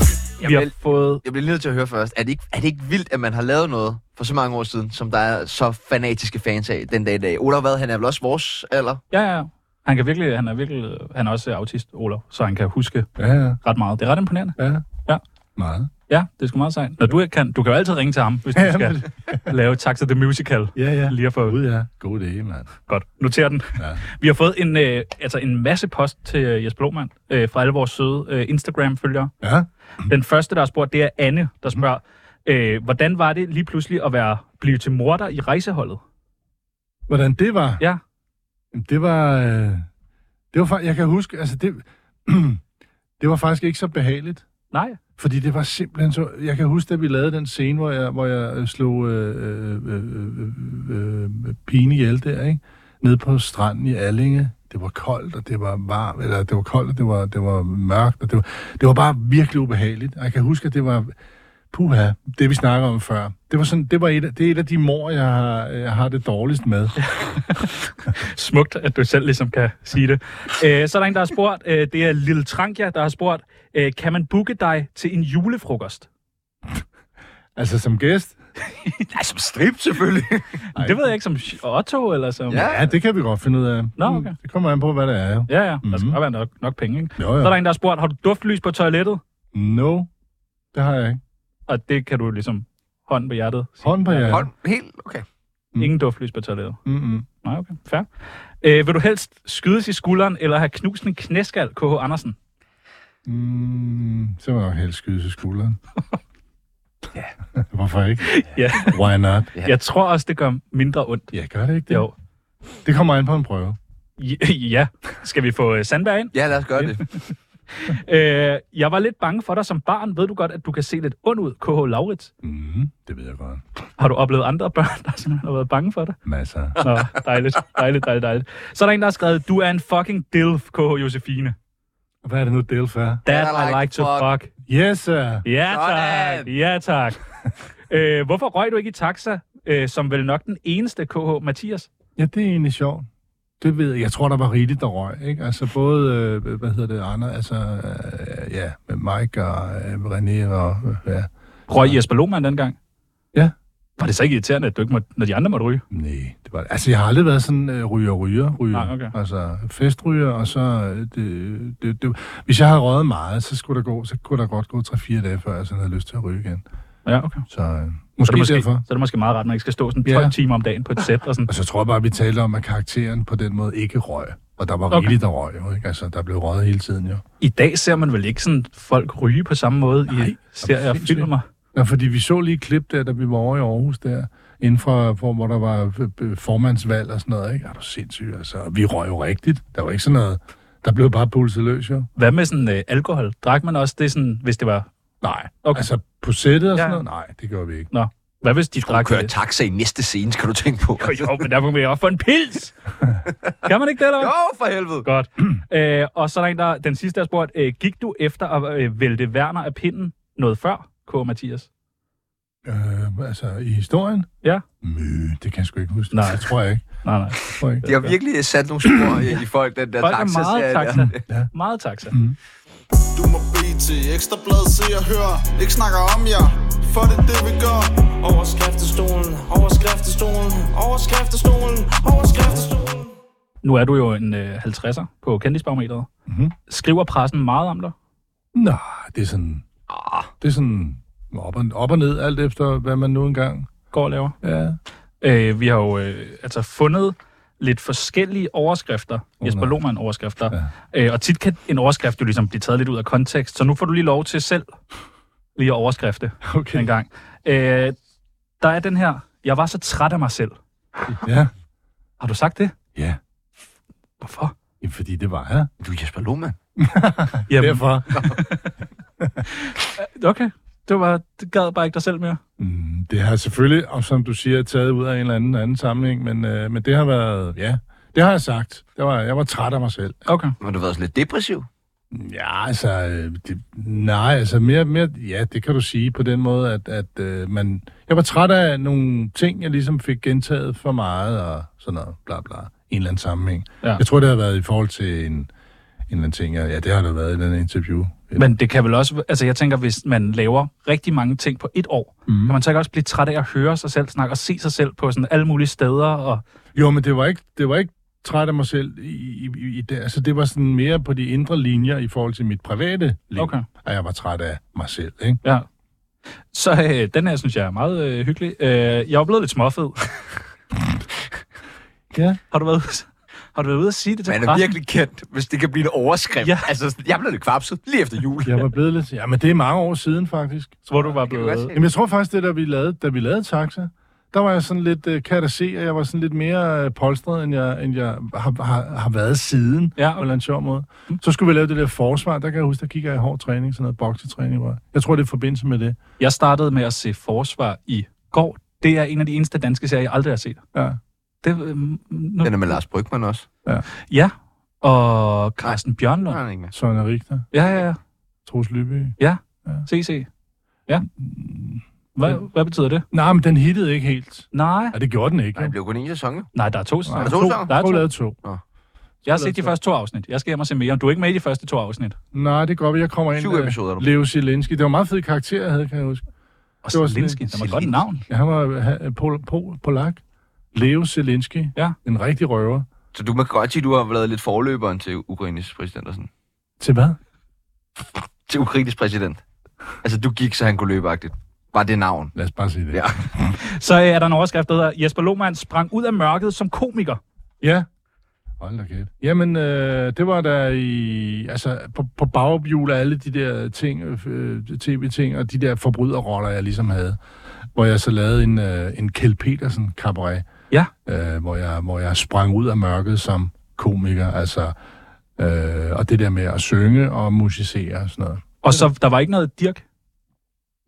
Speaker 2: Vi har
Speaker 1: Jamen-
Speaker 2: fået...
Speaker 1: Jeg bliver nødt til at høre først. Er det, ikke, er det ikke vildt, at man har lavet noget for så mange år siden, som der er så fanatiske fans af den dag i dag? Ola, hvad? Han er vel også vores alder?
Speaker 2: Ja, ja, ja. Han, kan virkelig, han er virkelig... Han er også autist, Olof, så han kan huske
Speaker 4: Ja, ja,
Speaker 2: ret meget. Det er ret imponerende.
Speaker 4: ja.
Speaker 2: Ja.
Speaker 4: Meget.
Speaker 2: Ja, det er sgu meget sejt. Når du ikke kan, du kan jo altid ringe til ham, hvis du
Speaker 4: Ja,
Speaker 2: skal lave Taxa the Musical.
Speaker 4: Ja, ja.
Speaker 2: Lige for
Speaker 4: Gud, ja. God idé, mand.
Speaker 2: Godt, noter den.
Speaker 4: Ja.
Speaker 2: [laughs] Vi har fået en, øh, altså en masse post til øh, Jesper Lohmann øh, fra alle vores søde øh, Instagram-følgere. Mm.
Speaker 4: Ja.
Speaker 2: Den første, der har spurgt, det er Anne, der spørger, øh, hvordan var det lige pludselig at være blive til morder i rejseholdet?
Speaker 4: Hvordan det var?
Speaker 2: Ja.
Speaker 4: Jamen, Det var... Øh, det var faktisk... Jeg kan huske, altså det... [clears throat] det var faktisk ikke så behageligt.
Speaker 2: Nej.
Speaker 4: Fordi det var simpelthen så... Jeg kan huske, da vi lavede den scene, hvor jeg, hvor jeg øh, slog øh, øh, øh, øh, øh, pigen ihjel der, ikke? Nede på stranden i Allinge. Det var koldt, og det var varmt, eller det var koldt, og det var, det var mørkt, og det var, det var bare virkelig ubehageligt. Og jeg kan huske, at det var... Puha, det vi snakker om før. Det var sådan, det var et, af- det er et af de mor, jeg har, jeg har det dårligst med.
Speaker 2: Smukt, at du selv ligesom kan sige det. Æ, så er der en, der har spurgt, øh, det er Lille Trankia, der har spurgt, øh, kan man booke dig til en julefrokost?
Speaker 4: Altså som gæst?
Speaker 1: Nej, som strip selvfølgelig.
Speaker 2: Ej. Det ved jeg ikke, som Otto eller som...
Speaker 1: Ja.
Speaker 4: Ja, det kan vi godt finde ud af.
Speaker 2: Nå, okay.
Speaker 4: Mm, Det kommer an på, hvad det er. jo.
Speaker 2: Ja, ja. Der skal
Speaker 4: Mhm.
Speaker 2: bare være nok, nok penge, ikke?
Speaker 4: Jo,
Speaker 2: Så er der
Speaker 4: jo.
Speaker 2: en, der har spurgt, har du duftlys på toilettet?
Speaker 4: No, det har jeg ikke.
Speaker 2: Og det kan du ligesom hånd på hjertet. sige.
Speaker 4: Hånd på Mm, jer.
Speaker 1: Hold, helt okay.
Speaker 4: Mm.
Speaker 2: Ingen duftlys på toilettet.
Speaker 4: Mm-mm.
Speaker 2: Nej, okay. Fair. Æ, vil du helst skydes i skulderen eller have knust en knæskal, K.H. Andersen?
Speaker 4: Mm, så må jeg nok helst skyde til skulderen. [laughs] ja. [laughs] Hvorfor ikke?
Speaker 2: Ja.
Speaker 4: Why not?
Speaker 2: [laughs] ja. Jeg tror også, det gør mindre ondt.
Speaker 4: Ja, gør det ikke det?
Speaker 2: Jo.
Speaker 4: Det kommer an på en prøve.
Speaker 2: Ja. Skal vi få øh, Sandberg ind?
Speaker 1: Ja, lad os gøre det.
Speaker 2: Øh, jeg var lidt bange for dig som barn. Ved du godt, at du kan se lidt ond ud, KH Laurits?
Speaker 4: Mm, det ved jeg godt.
Speaker 2: Har du oplevet andre børn, der simpelthen har været bange for dig?
Speaker 4: Masser.
Speaker 2: Nå, dejligt, dejligt, dejligt, dejligt. Så er der en, der har skrevet, du er en fucking dilf, KH Josefine.
Speaker 4: [laughs] Hvad er det nu, Delf er?
Speaker 2: That I like to fuck.
Speaker 4: Yes, sir.
Speaker 2: Ja tak,
Speaker 1: Sådan.
Speaker 2: ja tak.
Speaker 4: [laughs]
Speaker 2: Øh, hvorfor røg du ikke i taxa, øh, som vel nok den eneste KH Mathias?
Speaker 4: Ja, det er egentlig sjovt. Det ved jeg. Jeg tror, der var rigeligt, der røg. Ikke? Altså både, øh, hvad hedder det, andre, altså, øh, ja, med Mike og øh, René og, øh, ja.
Speaker 2: Røg Jesper Lohmann dengang?
Speaker 4: Ja.
Speaker 2: Var det så ikke irriterende, at du ikke måtte, når de andre måtte ryge?
Speaker 4: Nej, det var Altså, jeg har aldrig været sådan øh, ryger, ryger, ryger.
Speaker 2: Nej, okay.
Speaker 4: Altså, festryger, og så... øh, Det, det, det, hvis jeg havde røget meget, så, skulle der gå, så kunne der godt gå 3-4 dage, før jeg sådan havde lyst til at ryge igen.
Speaker 2: Ja, okay.
Speaker 4: Så øh,
Speaker 2: Så er, det måske,
Speaker 4: måske, måske derfor.
Speaker 2: så er det måske meget ret, at man ikke skal stå sådan 12
Speaker 4: Ja.
Speaker 2: timer om dagen på et sæt. Og sådan.
Speaker 4: Og så tror jeg bare, vi talte om, at karakteren på den måde ikke røg. Og der var
Speaker 2: Okay.
Speaker 4: okay. rigeligt, der røg jo, ikke? Altså, der blev røget hele tiden, jo.
Speaker 2: I dag ser man vel ikke sådan folk ryge på samme måde Nej, i serier og
Speaker 4: sindssygt.
Speaker 2: filmer?
Speaker 4: Ja, fordi vi så lige et klip der, da vi var over i Aarhus der, inden for, hvor, hvor der var øh, øh, formandsvalg og sådan noget, ikke? Er du sindssyg, altså. Og Vi røg jo rigtigt. Der var ikke sådan noget... Der blev bare pulset løs, jo.
Speaker 2: Hvad med sådan øh, alkohol? Drak man også det sådan, hvis det var...
Speaker 4: Nej.
Speaker 2: Okay.
Speaker 4: Altså på sættet og
Speaker 2: Ja.
Speaker 4: sådan noget? Nej, det gjorde vi ikke.
Speaker 2: Nå. Hvad hvis de
Speaker 1: Du
Speaker 2: drak...
Speaker 1: kører
Speaker 2: øh,
Speaker 1: taxa i næste scene, skal du tænke på.
Speaker 2: Jo, jo, men derfor kan jeg også få en
Speaker 4: [laughs]
Speaker 2: pils! kan man ikke det, eller hvad?
Speaker 1: Jo, for helvede.
Speaker 2: Godt. [clears throat] Æ, og så er der en, der den sidste, der har spurgt, øh, gik du efter at øh, vælte Werner af pinden noget før, K. Mathias?
Speaker 4: Øh, altså i historien?
Speaker 2: Ja.
Speaker 4: Mø, det kan jeg sgu ikke huske.
Speaker 2: Nej.
Speaker 4: det tror jeg ikke.
Speaker 2: Nej, nej.
Speaker 4: Det tror jeg ikke.
Speaker 1: De har virkelig sat nogle spor i, i folk, den der
Speaker 2: Folk er meget
Speaker 1: taxa-serie
Speaker 2: taxa.
Speaker 1: der.
Speaker 2: Ja. Mhm. Meget taxa.
Speaker 8: Du må bede til ekstrablad, se og hør. Ikke snakker om jer, for det er det, vi gør.
Speaker 6: Overskriftestolen, overskriftestolen, overskriftestolen, overskriftestolen.
Speaker 2: Nu er du jo en øh, 50'er på kendisbarometeret.
Speaker 4: Mhm.
Speaker 2: Skriver pressen meget om dig?
Speaker 4: Nå, det er sådan...
Speaker 2: Ah.
Speaker 4: Det er sådan op og, op og ned, alt efter hvad man nu engang...
Speaker 2: Går og laver?
Speaker 4: Ja.
Speaker 2: Øh, vi har jo øh, altså fundet lidt forskellige overskrifter, oh,
Speaker 4: nej.
Speaker 2: Jesper Lohmann-overskrifter, ja. øh, og tit kan en overskrift jo ligesom blive taget lidt ud af kontekst, så nu får du lige lov til selv lige at overskrifte okay. en gang. Øh, der er den her, jeg var så træt af mig selv.
Speaker 4: Ja.
Speaker 2: Har du sagt det?
Speaker 4: Ja.
Speaker 2: Hvorfor?
Speaker 4: Jamen, fordi det var jeg.
Speaker 1: Du er Jesper Lohmann.
Speaker 2: Jamen,
Speaker 4: Derfor.
Speaker 2: [laughs] okay, det, var, det gad bare ikke dig selv mere.
Speaker 4: Mm, det har selvfølgelig, og som du siger, taget ud af en eller anden, anden sammenhæng, men, øh, men det har været... Ja, det har jeg sagt. Det var, jeg var træt af mig selv.
Speaker 2: Okay.
Speaker 1: Har du været sådan lidt depressiv?
Speaker 4: Ja, altså, øh, det, nej, altså mere, mere, ja, det kan du sige på den måde, at, at øh, man, jeg var træt af nogle ting, jeg ligesom fik gentaget for meget og sådan noget, bla bla, i en eller anden sammenhæng.
Speaker 2: Ja.
Speaker 4: Ja. Jeg tror, det har været i forhold til en, en eller anden ting, og ja, det har der været i den interview.
Speaker 2: Men det kan vel også, altså jeg tænker, hvis man laver rigtig mange ting på et år, mm.
Speaker 1: Mhm.
Speaker 2: kan man så ikke også blive træt af at høre sig selv snakke og se sig selv på sådan alle mulige steder og
Speaker 4: Jo, men det var ikke, det var ikke træt af mig selv i, i, i det. Altså, det var sådan mere på de indre linjer i forhold til mit private liv,
Speaker 2: Okay.
Speaker 4: at jeg var træt af mig selv, ikke?
Speaker 2: Ja. Så øh, den her, synes jeg, er meget øh, hyggelig. Øh, jeg er blevet lidt småfed.
Speaker 4: Ja.
Speaker 2: Har du været, [laughs] har du været ude at sige det til
Speaker 1: Man er
Speaker 2: pressen?
Speaker 1: virkelig kendt, hvis det kan blive en overskrift.
Speaker 2: Ah. Ja.
Speaker 1: Ja. Altså, sådan, jeg blev lidt kvapset lige efter jul.
Speaker 4: Jeg var blevet lidt... Ja, men det er mange år siden, faktisk.
Speaker 2: Hvor du var
Speaker 1: Kan du godt se?
Speaker 2: blevet...
Speaker 4: Jamen, jeg tror faktisk, det der vi lavede, da vi lavede taxa, der var jeg sådan lidt, øh, kan jeg da se, at jeg var sådan lidt mere øh, polstret, end jeg, end jeg har, har, har været siden,
Speaker 2: Ja,
Speaker 4: på en eller anden sjov måde. Så skulle vi lave det der forsvar, der kan jeg huske, der gik jeg i hård træning, sådan noget boksetræning. Var. Jeg tror, det er i forbindelse med det.
Speaker 2: Jeg startede med at se Forsvar i går. Det er en af de eneste danske serier, jeg aldrig har set.
Speaker 4: Ja.
Speaker 2: Det, øh, nu,
Speaker 1: Den er med Lars Brygman også.
Speaker 2: ja, og Carsten Bjørnlund.
Speaker 1: Nej, han er ikke med.
Speaker 4: Søren Richter,
Speaker 2: Ja, ja, ja.
Speaker 4: Troels Lyby.
Speaker 2: CC. Ja. Hvad, hvad betyder det?
Speaker 4: Nej, men den hittede ikke helt.
Speaker 2: Nej.
Speaker 4: Ja, det gjorde den ikke.
Speaker 1: Nej,
Speaker 4: jo.
Speaker 1: det blev kun en sæson. jo.
Speaker 2: Nej, der er to
Speaker 1: Er
Speaker 2: sæsoner.
Speaker 1: der to sæsoner?
Speaker 2: Der er
Speaker 4: Prøv at
Speaker 2: to.
Speaker 4: lave to.
Speaker 2: Jeg har set de første to afsnit. Jeg skal hjem og se mere. Du er ikke med i de første to afsnit.
Speaker 4: Nej, det går vi. Jeg kommer ind.
Speaker 1: Syv
Speaker 4: øh,
Speaker 1: episoder, er du.
Speaker 4: Leo Zielinski. Det var en meget fed karakter, jeg havde, kan jeg huske.
Speaker 2: Og
Speaker 4: Det var sådan
Speaker 2: Zelensky,
Speaker 4: en-
Speaker 2: der var et godt navn.
Speaker 4: Ja, han var øh, ha- pol, pol, polak. Leo Zielinski.
Speaker 2: Ja.
Speaker 4: En rigtig røver.
Speaker 1: Så du må godt sige, du har været lidt forløberen til Ukraines præsident og sådan.
Speaker 4: Til hvad?
Speaker 1: Til Ukraines præsident. Altså, du gik, så han kunne løbe -agtigt. Bare det navn.
Speaker 4: Lad os bare sige det.
Speaker 1: Ja.
Speaker 2: Så øh, er der en overskrift, der hedder, Jesper Lohmann sprang ud af mørket som komiker.
Speaker 4: ja. Hold da kæft. Jamen, øh, det var der i... Altså, på, på baghjul af alle de der ting, øh, tv-ting, og de der forbryderroller, jeg ligesom havde. Hvor jeg så lavede en, øh, en Kjell Petersen cabaret.
Speaker 2: Ja.
Speaker 4: øh, hvor, jeg, hvor jeg sprang ud af mørket som komiker, altså, øh, og det der med at synge og musicere og sådan noget.
Speaker 2: Og så der var ikke noget Dirk.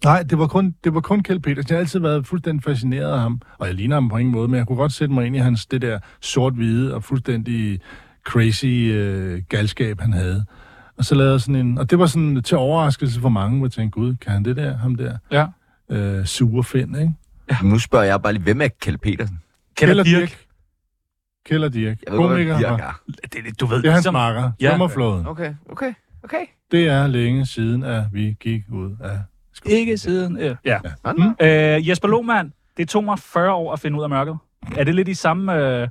Speaker 4: Nej, det var kun, det var kun Kjeld Petersen. Jeg har altid været fuldstændig fascineret af ham, og jeg ligner ham på ingen måde, men jeg kunne godt sætte mig ind i hans det der sort-hvide og fuldstændig crazy øh, galskab, han havde. Og så lavede jeg sådan en... Og det var sådan til overraskelse for mange, hvor jeg tænkte, gud, kan han det der, ham der?
Speaker 2: Ja.
Speaker 4: Øh, sure Finn, ikke?
Speaker 1: Nu spørger jeg bare lige, hvem er Kjell Petersen?
Speaker 2: Kjeld og Dirch.
Speaker 4: Kjeld og Dirk.
Speaker 1: Jeg ved godt, hvad
Speaker 4: Komiker
Speaker 1: Dirk
Speaker 4: og-
Speaker 1: er.
Speaker 2: Det, er det, du ved,
Speaker 4: Det er hans marker.
Speaker 2: Ja.
Speaker 4: Sommerflåden.
Speaker 1: Okay, okay, okay.
Speaker 4: Det er længe siden, at vi gik ud af...
Speaker 2: ikke siden... Øh, ja.
Speaker 1: Nå, nå.
Speaker 2: Øh, Jesper Lohmann, det tog mig 40 år at finde ud af mørket. Er det lidt i samme... Øh,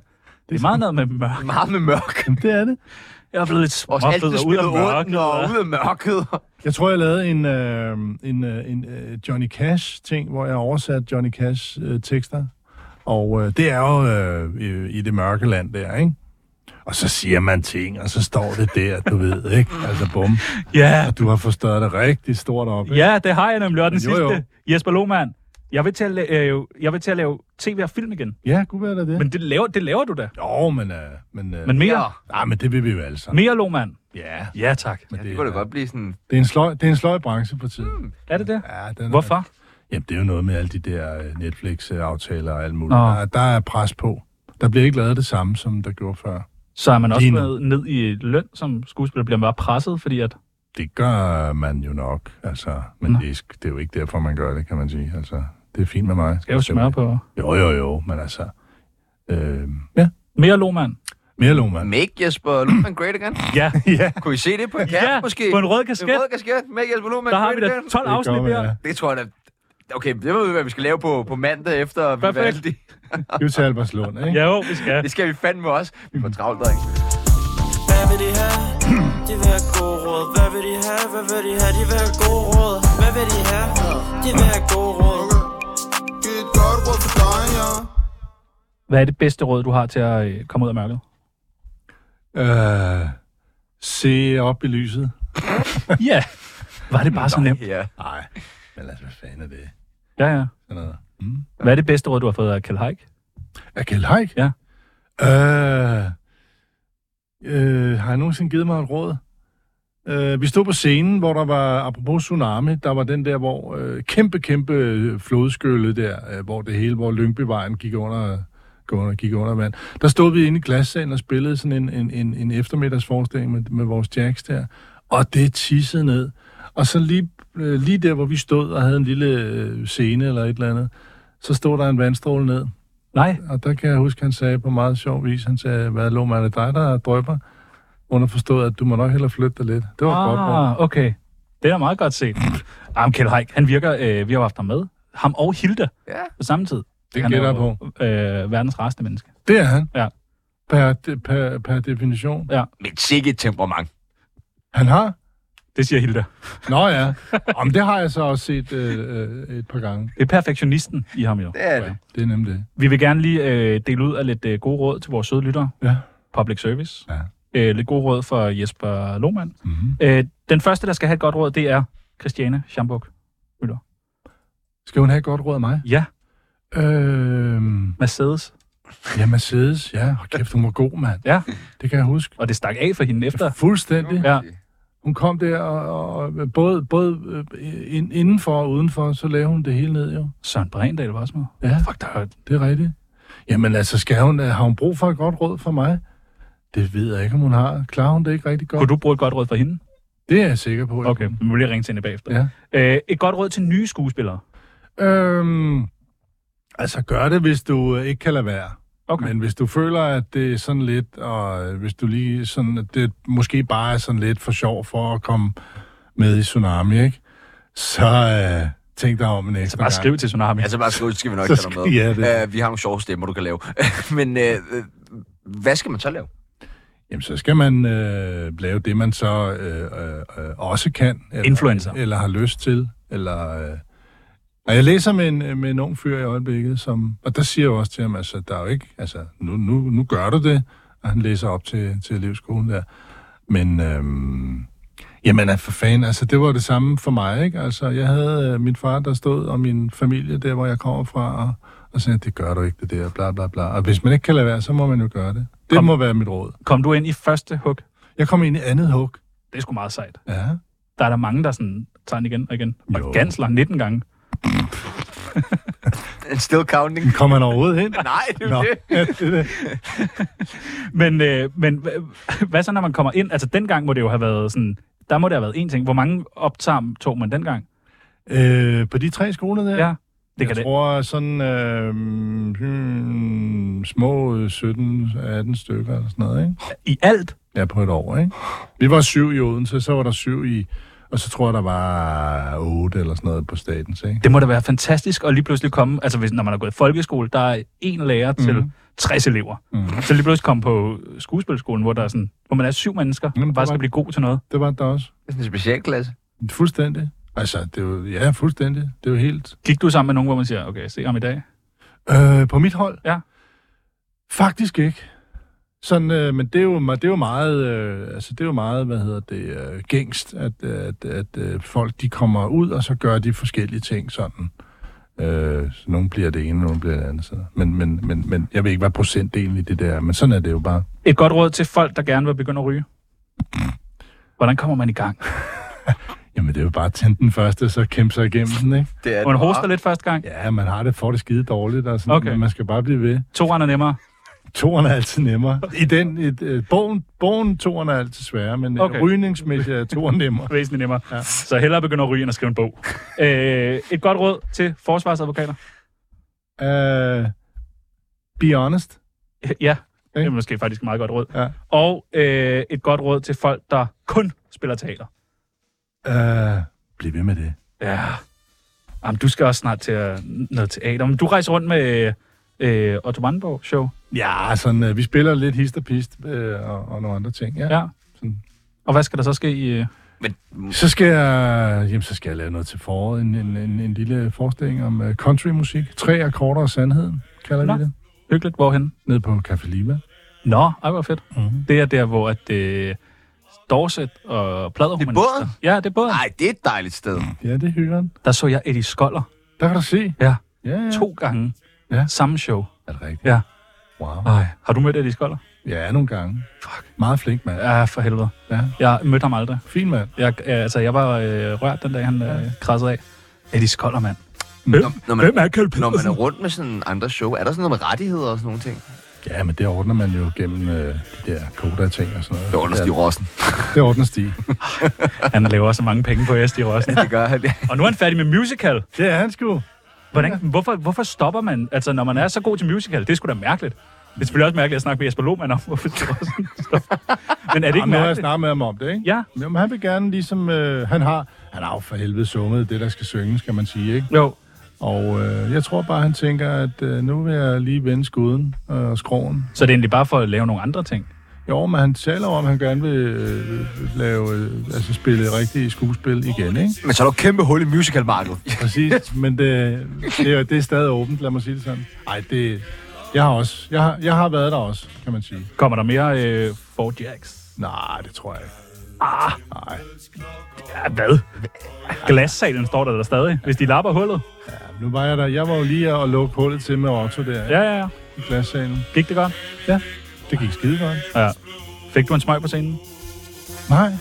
Speaker 2: det er meget noget med mørk.
Speaker 1: Meget med mørk.
Speaker 4: Det er det.
Speaker 2: Jeg er blevet lidt
Speaker 1: Og alt
Speaker 2: småfed
Speaker 1: det
Speaker 2: og Mm. ud af
Speaker 1: spillet ondt,
Speaker 2: mørket.
Speaker 1: og
Speaker 2: hva'?
Speaker 1: ud af mørket.
Speaker 4: Jeg tror, jeg lavede en, øh, en, øh, en øh, Johnny Cash-ting, hvor jeg oversatte Johnny Cash' øh, tekster. Og øh, det er jo øh, i, i det mørke land der, ikke? Og så siger man ting, og så står det der, du ved, ikke? Altså, bum.
Speaker 2: Ja,
Speaker 4: Og du har forstået det rigtig stort op, ikke?
Speaker 2: ja, det har jeg nemlig. Og den
Speaker 4: Jo,
Speaker 2: sidste,
Speaker 4: jo.
Speaker 2: Jesper Lohmann, jeg vil til at, la- øh, jeg vil til at lave tv og film igen.
Speaker 4: Ja, kunne være der det.
Speaker 2: Men det laver, det laver du da.
Speaker 4: Jo, men... Øh, men, øh,
Speaker 2: Men
Speaker 4: men...
Speaker 2: mere,
Speaker 4: Nej, men det vil vi jo alle sammen.
Speaker 2: mere Lohmann.
Speaker 4: Ja.
Speaker 2: Ja, tak.
Speaker 4: Men
Speaker 1: Det
Speaker 4: det,
Speaker 1: kunne da
Speaker 4: er,
Speaker 1: godt Hmm. blive sådan...
Speaker 4: det, er en sløj, det er en sløj branche for tiden.
Speaker 2: Er det det?
Speaker 4: Ja, den er-
Speaker 2: Hvorfor?
Speaker 4: Jamen, det er jo noget med alle de der øh, Netflix-aftaler og alt muligt.
Speaker 2: Nå.
Speaker 4: Der, der er pres på. Der bliver ikke lavet det samme, som der gjorde før.
Speaker 2: Så er man også
Speaker 4: Lige nu.
Speaker 2: gået ned i løn som skuespiller, bliver man bare presset, fordi at...
Speaker 4: Det gør man jo nok, altså. Men
Speaker 2: Nå.
Speaker 4: det, er sk- det er jo ikke derfor, man gør det, kan man sige. Altså, det er fint med mig.
Speaker 2: Skal jeg jo smøre på...
Speaker 4: Jo, jo, jo, men altså... Øh, ja,
Speaker 2: Mere Lohmann.
Speaker 4: mere Lohmann.
Speaker 1: Make Jesper Lohmann great again.
Speaker 4: [laughs]
Speaker 2: Ja,
Speaker 4: ja,
Speaker 1: Kunne I se det på en kat,
Speaker 2: Ja,
Speaker 1: måske?
Speaker 2: på en rød
Speaker 1: En
Speaker 2: kasket.
Speaker 1: rød kasket. Make Jesper Lohmann
Speaker 2: Der har vi
Speaker 1: great
Speaker 2: da
Speaker 1: again.
Speaker 2: 12 afsnit
Speaker 4: kommer,
Speaker 2: der.
Speaker 4: ja.
Speaker 1: Det tror jeg da... Okay, det ved vi, hvad vi skal lave på, på mandag efter
Speaker 2: Perfekt.
Speaker 1: Vivaldi.
Speaker 4: jo til Albertslund, ikke?
Speaker 2: Ja, jo, vi
Speaker 1: [laughs]
Speaker 2: skal.
Speaker 1: Det skal vi fandme også. Vi får travlt, dreng.
Speaker 6: Hvad vil de have? De vil have gode råd. Hvad vil de have? Hvad vil de have? De vil have gode råd. Hvad vil de have? De vil have gode råd.
Speaker 8: Giv et godt råd til dig, ja.
Speaker 2: Hvad er det bedste råd, du har til at øh, komme ud af
Speaker 4: [laughs]
Speaker 2: mørket?
Speaker 4: Øh, se op i lyset.
Speaker 2: Ja. Var det bare så nemt?
Speaker 1: Ja.
Speaker 4: Nej, men altså, hvad fanden er det?
Speaker 2: Ja, ja.
Speaker 4: Sådan noget. Mm.
Speaker 2: Hvad er det bedste råd, du har fået af Kjell Haik?
Speaker 4: Er Kjeld Haik?
Speaker 2: Ja.
Speaker 4: Øh, øh, har jeg nogensinde givet mig et råd? Øh, vi stod på scenen, hvor der var, apropos tsunami, der var den der, hvor øh, kæmpe, kæmpe øh, flodskylle der, øh, hvor det hele, hvor Lyngbyvejen gik under, gik under, gik under vand. Der stod vi inde i glassalen og spillede sådan en, en, en, en eftermiddagsforestilling med, med vores jacks der, og det tissede ned. Og så lige, øh, lige der, hvor vi stod og havde en lille øh, scene eller et eller andet, så stod der en vandstråle ned.
Speaker 2: Nej.
Speaker 4: Og der kan jeg huske, han sagde på meget sjov vis, han sagde, hvad lå man, er det dig, der drøber? Underforstået, at du må nok hellere flytte dig lidt. Det var ah. godt, bro.
Speaker 2: Ah, okay. Det er meget godt set. Jamen, Kjell Haik, han virker... Øh, vi har jo haft ham med. Ham og Hilda
Speaker 1: Ja.
Speaker 2: på samme tid.
Speaker 4: Det
Speaker 2: Han er
Speaker 4: gætter jeg
Speaker 2: jo,
Speaker 4: på.
Speaker 2: Øh, verdens rareste menneske.
Speaker 4: Det er han.
Speaker 2: Ja.
Speaker 4: Per, de, per, per definition.
Speaker 1: Men sikke et temperament.
Speaker 4: Han har?
Speaker 2: Det siger Hilda.
Speaker 4: Nå ja. Om det har jeg så også set øh, øh, et par gange.
Speaker 2: Det er perfektionisten i ham jo.
Speaker 1: Det er det.
Speaker 4: Det er nemlig det.
Speaker 2: Vi vil gerne lige øh, dele ud af lidt øh, gode råd til vores søde lyttere.
Speaker 4: Ja.
Speaker 2: Public service.
Speaker 4: Ja.
Speaker 2: Øh, lidt gode råd for Jesper Lohmann.
Speaker 4: Mm-hmm.
Speaker 2: Øh, den første, der skal have et godt råd, det er Christiane Schambuk.
Speaker 4: Skal hun have et godt råd af mig?
Speaker 2: Ja,
Speaker 4: Øh,
Speaker 2: Mercedes.
Speaker 4: ja, Mercedes. Ja, Hold kæft, hun var god, mand.
Speaker 2: Ja.
Speaker 4: Det kan jeg huske.
Speaker 2: Og det stak af for hende efter.
Speaker 4: Fuldstændig.
Speaker 2: Ja.
Speaker 4: Hun kom der, og, og både, både øh, ind- indenfor og udenfor, så lavede hun det hele ned, jo.
Speaker 2: Søren Brændal var også med.
Speaker 4: Ja.
Speaker 2: Fuck, der er...
Speaker 4: Det er rigtigt. Jamen altså, skal hun, har hun brug for et godt råd fra mig? Det ved jeg ikke, om hun har. Klarer hun det ikke rigtig godt?
Speaker 2: Kunne du bruge et godt råd for hende?
Speaker 4: Det er jeg sikker på. at
Speaker 2: Okay,
Speaker 4: hun-
Speaker 2: vi må lige ringe til hende bagefter.
Speaker 4: Ja.
Speaker 2: Øh, et godt råd til nye skuespillere.
Speaker 4: Øhm, altså, gør det, hvis du øh, ikke kan lade være.
Speaker 2: Okay.
Speaker 4: Men hvis du føler, at det er sådan lidt, og øh, hvis du lige sådan, at det måske bare er sådan lidt for sjov for at komme med i Tsunami, ikke? Så øh, tænk dig om en ekstra
Speaker 2: Så bare
Speaker 4: gang.
Speaker 2: skriv til Tsunami.
Speaker 1: Altså bare skrive, det skal vi nok
Speaker 4: Så
Speaker 1: tage dig med.
Speaker 4: skal- ja, det-
Speaker 1: Øh, vi har nogle sjove stemmer, du kan lave. [laughs] Men øh, øh, hvad skal man så lave?
Speaker 4: Jamen, så skal man øh, lave det, man så øh, øh, øh, også kan. Eller,
Speaker 2: Influencer.
Speaker 4: Eller har lyst til. Eller, øh, og jeg læser med en, med en ung fyr i øjeblikket, som, og der siger jeg jo også til ham, altså, der er jo ikke, altså, nu, nu, nu gør du det, og han læser op til, til elevskolen der. Men, øh, jamen, at for fanden, altså, det var det samme for mig, ikke? Altså, jeg havde øh, min far, der stod, og min familie, der hvor jeg kommer fra, og, og sagde, det gør du ikke, det der, bla, bla, bla. Og hvis man ikke kan lade være, så må man jo gøre det. Det
Speaker 2: Kom.
Speaker 4: må være mit råd.
Speaker 2: Kom du ind i første hug?
Speaker 4: Jeg kom ind i andet hug.
Speaker 2: Det er sgu meget sejt.
Speaker 4: Ja.
Speaker 2: Der er der mange, der sådan, tager den igen og igen.
Speaker 4: Jo.
Speaker 2: Og Gansler 19 gange.
Speaker 1: Still
Speaker 2: [laughs]
Speaker 1: counting?
Speaker 4: Kom han overhovedet hen?
Speaker 1: Nej, det er jo det.
Speaker 4: Ja, det er det.
Speaker 2: Men, øh, men hva, hvad så, når man kommer ind? Altså, dengang må det jo have været sådan... Der må det have været én ting. Hvor mange optager tog man dengang?
Speaker 4: Øh, på de tre skoler der?
Speaker 2: Ja. Det kan
Speaker 4: jeg
Speaker 2: det.
Speaker 4: tror sådan øh, hmm, små 17-18 stykker eller sådan noget, ikke?
Speaker 2: I alt?
Speaker 4: Ja, på et år, ikke? Vi var syv i Odense, så var der syv i... Og så tror jeg, der var otte eller sådan noget på statens, ikke?
Speaker 2: Det må da være fantastisk at lige pludselig komme... Altså, hvis, når man har gået i folkeskole, der er en lærer til 60 elever.
Speaker 4: Mhm.
Speaker 2: Så lige pludselig komme på skuespilskolen, hvor, der er sådan, hvor man er syv mennesker,
Speaker 4: Jamen,
Speaker 2: Jamen,
Speaker 4: det
Speaker 2: bare
Speaker 4: var-
Speaker 2: skal blive god til noget.
Speaker 4: Det var der også.
Speaker 1: Det er sådan en specialklasse.
Speaker 4: Fuldstændig. Altså, det er jo, ja, fuldstændig. Det er jo helt...
Speaker 2: Gik du sammen med nogen, hvor man siger, okay, se om i dag?
Speaker 4: Øh, på mit hold?
Speaker 2: Ja.
Speaker 4: Faktisk ikke. Sådan, øh, men det er, jo, me- det er jo meget, øh, altså det er jo meget, hvad hedder det, øh, gængst, at, at, at øh, folk de kommer ud, og så gør de forskellige ting sådan. Øh, så nogle bliver det ene, nogle bliver det andet. Så. Men, men, men, men jeg ved ikke, hvad procentdelen i det der er, men sådan er det jo bare.
Speaker 2: Et godt råd til folk, der gerne vil begynde at ryge. Hvordan kommer man i gang?
Speaker 4: Jamen, det er jo bare at tænde den første, så kæmpe sig igennem den, ikke?
Speaker 1: Det er
Speaker 2: Må man
Speaker 1: et
Speaker 2: hoster
Speaker 1: rar-
Speaker 2: lidt første gang?
Speaker 4: Ja, man har det for det skide dårligt, og sådan, okay.
Speaker 2: Okay.
Speaker 4: men man skal bare blive ved.
Speaker 2: Toren er nemmere.
Speaker 4: Toren er altid nemmere. I den, i, øh, bogen, bogen toren er altid sværere, men okay.
Speaker 2: Okay.
Speaker 4: rygningsmæssigt er toren nemmere.
Speaker 2: Væsentligt nemmere. Ja. Så hellere begynde at ryge, end at skrive en bog. øh, et godt råd til forsvarsadvokater?
Speaker 4: Uh, be honest.
Speaker 2: Ja,
Speaker 4: Ikke?
Speaker 2: det er måske faktisk et meget godt råd.
Speaker 4: Ja.
Speaker 2: Og øh, et godt råd til folk, der kun spiller teater.
Speaker 4: Uh, bliv ved med det.
Speaker 2: Ja. Jamen, du skal også snart til at, noget teater. Men du rejser rundt med øh, Otto Brandenborg show.
Speaker 4: Ja, sådan, uh, vi spiller lidt hist og pist uh, og, og nogle andre ting. Ja.
Speaker 2: Ja.
Speaker 4: Sådan.
Speaker 2: Og hvad skal der så ske i... Øh?
Speaker 1: Men
Speaker 4: Så skal jeg, jamen, så skal jeg lave noget til foråret. En, en, en, en lille forestilling om uh, countrymusik. Tre akkorder og sandheden, kalder Nå.
Speaker 2: Nå.
Speaker 4: vi det.
Speaker 2: Hyggeligt, hvorhen?
Speaker 4: Nede på Café Lima.
Speaker 2: Nå, ej, hvor fedt.
Speaker 4: Mhm.
Speaker 2: Det er der, hvor at, øh, Dorset og Pladerhumanister...
Speaker 1: båden?
Speaker 2: Ja, det er båden.
Speaker 1: nej, det er et dejligt sted.
Speaker 2: Mm.
Speaker 4: Ja, det er hyggeren.
Speaker 2: Der så jeg Eddie Skoller
Speaker 4: Der kan du se.
Speaker 2: Ja.
Speaker 4: Ja, ja.
Speaker 2: to gange.
Speaker 4: Ja.
Speaker 2: Samme show.
Speaker 4: Er det rigtigt?
Speaker 2: Ja.
Speaker 4: Wow.
Speaker 2: Ej, har du mødt Eddie Skoller?
Speaker 4: Ja, nogle gange.
Speaker 2: Fuck.
Speaker 4: Meget flink, mand.
Speaker 2: Ja, for helvede.
Speaker 4: Ja.
Speaker 2: Jeg mødte ham aldrig.
Speaker 4: Fin mand.
Speaker 2: Jeg, øh, altså, jeg var øh, rørt den dag, han øh, krassede af. Eddie Skoller, mand. Øhm.
Speaker 1: Når man,
Speaker 2: Hvem er Kjeld
Speaker 1: når man
Speaker 2: Pedersen?
Speaker 1: er rundt med sådan andre show, er der sådan noget med rettigheder og sådan nogle ting?
Speaker 4: Ja, men det ordner man jo gennem øh, de der Koda-ting og sådan noget.
Speaker 1: Det ordner Stig Rossen.
Speaker 4: Ja, det ordner
Speaker 2: [laughs]
Speaker 4: Stig.
Speaker 2: Han laver så mange penge på SD
Speaker 1: [laughs]
Speaker 2: Rossen.
Speaker 1: Det gør han.
Speaker 2: Og nu er han færdig med musical.
Speaker 4: Det er han sgu.
Speaker 2: Hvordan, hvorfor, hvorfor stopper man, altså når man er så god til musical? Det er sgu da mærkeligt. Det er selvfølgelig også mærkeligt at snakke med Jesper Lohmann om, [laughs] hvorfor SD Rossen stopper. Men er det ikke
Speaker 4: Jamen, nu har jeg
Speaker 2: mærkeligt?
Speaker 4: snakket med ham om det, ikke?
Speaker 2: Ja.
Speaker 4: Jamen, han vil gerne ligesom... Øh, han har han har jo for helvede summet det, der skal synge, skal man sige, ikke?
Speaker 2: Jo,
Speaker 4: Og øh, jeg tror bare, han tænker, at øh, nu vil jeg lige vende skuden øh, og skroven.
Speaker 2: så det er egentlig bare for at lave nogle andre ting.
Speaker 4: Jo, men han taler om, at han gerne vil øh, lave, øh, altså spille rigtige skuespil igen,
Speaker 2: [laughs]
Speaker 4: ikke?
Speaker 1: Men så er der jo kæmpe hul i musicalmarkedet.
Speaker 4: Præcis, men det, det, er, det er stadig åbent, lad mig sige det sådan. Nej, det... Jeg har også... Jeg har, jeg har været der også, kan man sige.
Speaker 2: Kommer der mere øh, for Jacks?
Speaker 4: Nej, det tror jeg ikke. Ah. Nej.
Speaker 2: Ja, hvad? Glassalen står der, der stadig, hvis de lapper hullet.
Speaker 4: Ja, nu var jeg der. Jeg var jo lige at lukke hullet til med Otto der ja.
Speaker 2: Ja, ja, ja.
Speaker 4: i glassalen.
Speaker 2: Gik det godt?
Speaker 4: Ja, det gik skide godt.
Speaker 2: Ja. Fik du en smøg på scenen?
Speaker 4: Nej.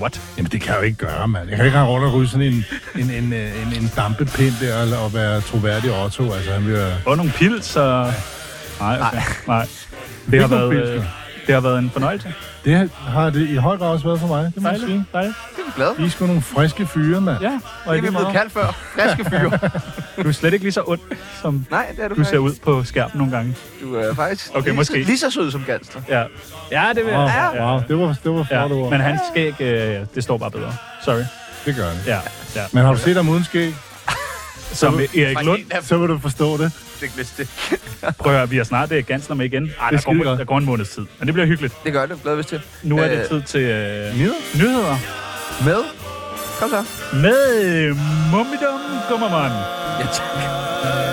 Speaker 2: What?
Speaker 4: Jamen, det kan jeg jo ikke gøre, mand. Jeg kan ikke rende rundt og ryge sådan en, en, en, øh, en, en dampepind der og, og være troværdig Otto. Altså, han vil jo-
Speaker 2: Og nogle pils og... Nej, okay. Nej. Det har, været,
Speaker 4: Ikke nogen
Speaker 2: øh,
Speaker 4: pilsner.
Speaker 2: det har været en fornøjelse.
Speaker 4: Det har det i høj grad også været for mig, det må jeg sige.
Speaker 2: Dejligt, dejligt.
Speaker 1: Glad.
Speaker 4: I er sgu nogle friske fyre, mand.
Speaker 2: Ja,
Speaker 1: Det
Speaker 2: og i
Speaker 1: er vi
Speaker 2: lige
Speaker 1: blevet
Speaker 2: meget.
Speaker 1: kaldt før. Friske
Speaker 2: [laughs]
Speaker 1: fyre.
Speaker 2: Du er slet ikke lige så ond, som
Speaker 1: Nej, det er du,
Speaker 2: du ser
Speaker 1: faktisk.
Speaker 2: ud på skærmen nogle gange.
Speaker 1: Du er faktisk
Speaker 2: Okay,
Speaker 1: lige,
Speaker 2: måske.
Speaker 1: lige så sød som Gansler.
Speaker 2: Ja, ja det vil
Speaker 4: Wow,
Speaker 2: jeg. Ja,
Speaker 4: wow, det var, det var flot
Speaker 2: ja.
Speaker 4: ord.
Speaker 2: Men hans skæg, øh, det står bare bedre. Sorry.
Speaker 4: Det gør det.
Speaker 2: Ja, ja.
Speaker 4: Men har du set ham uden skæg,
Speaker 2: Som Erik Lund.
Speaker 4: så vil du forstå det.
Speaker 1: Det, det, [laughs]
Speaker 2: Prøv at høre, vi har snart øh, Gansler med igen. Ej,
Speaker 4: Det
Speaker 2: der,
Speaker 4: er
Speaker 2: går,
Speaker 4: skidegodt.
Speaker 2: der går en måneds tid. Men det bliver hyggeligt.
Speaker 1: det gør det. Glad hvis til.
Speaker 2: Nu er det
Speaker 1: Øh,
Speaker 2: tid til øh,
Speaker 4: Nyder?
Speaker 2: nyheder
Speaker 1: Med. Kom så.
Speaker 2: med Mummidum Gummermann.
Speaker 1: Ja, tak.
Speaker 3: Ej,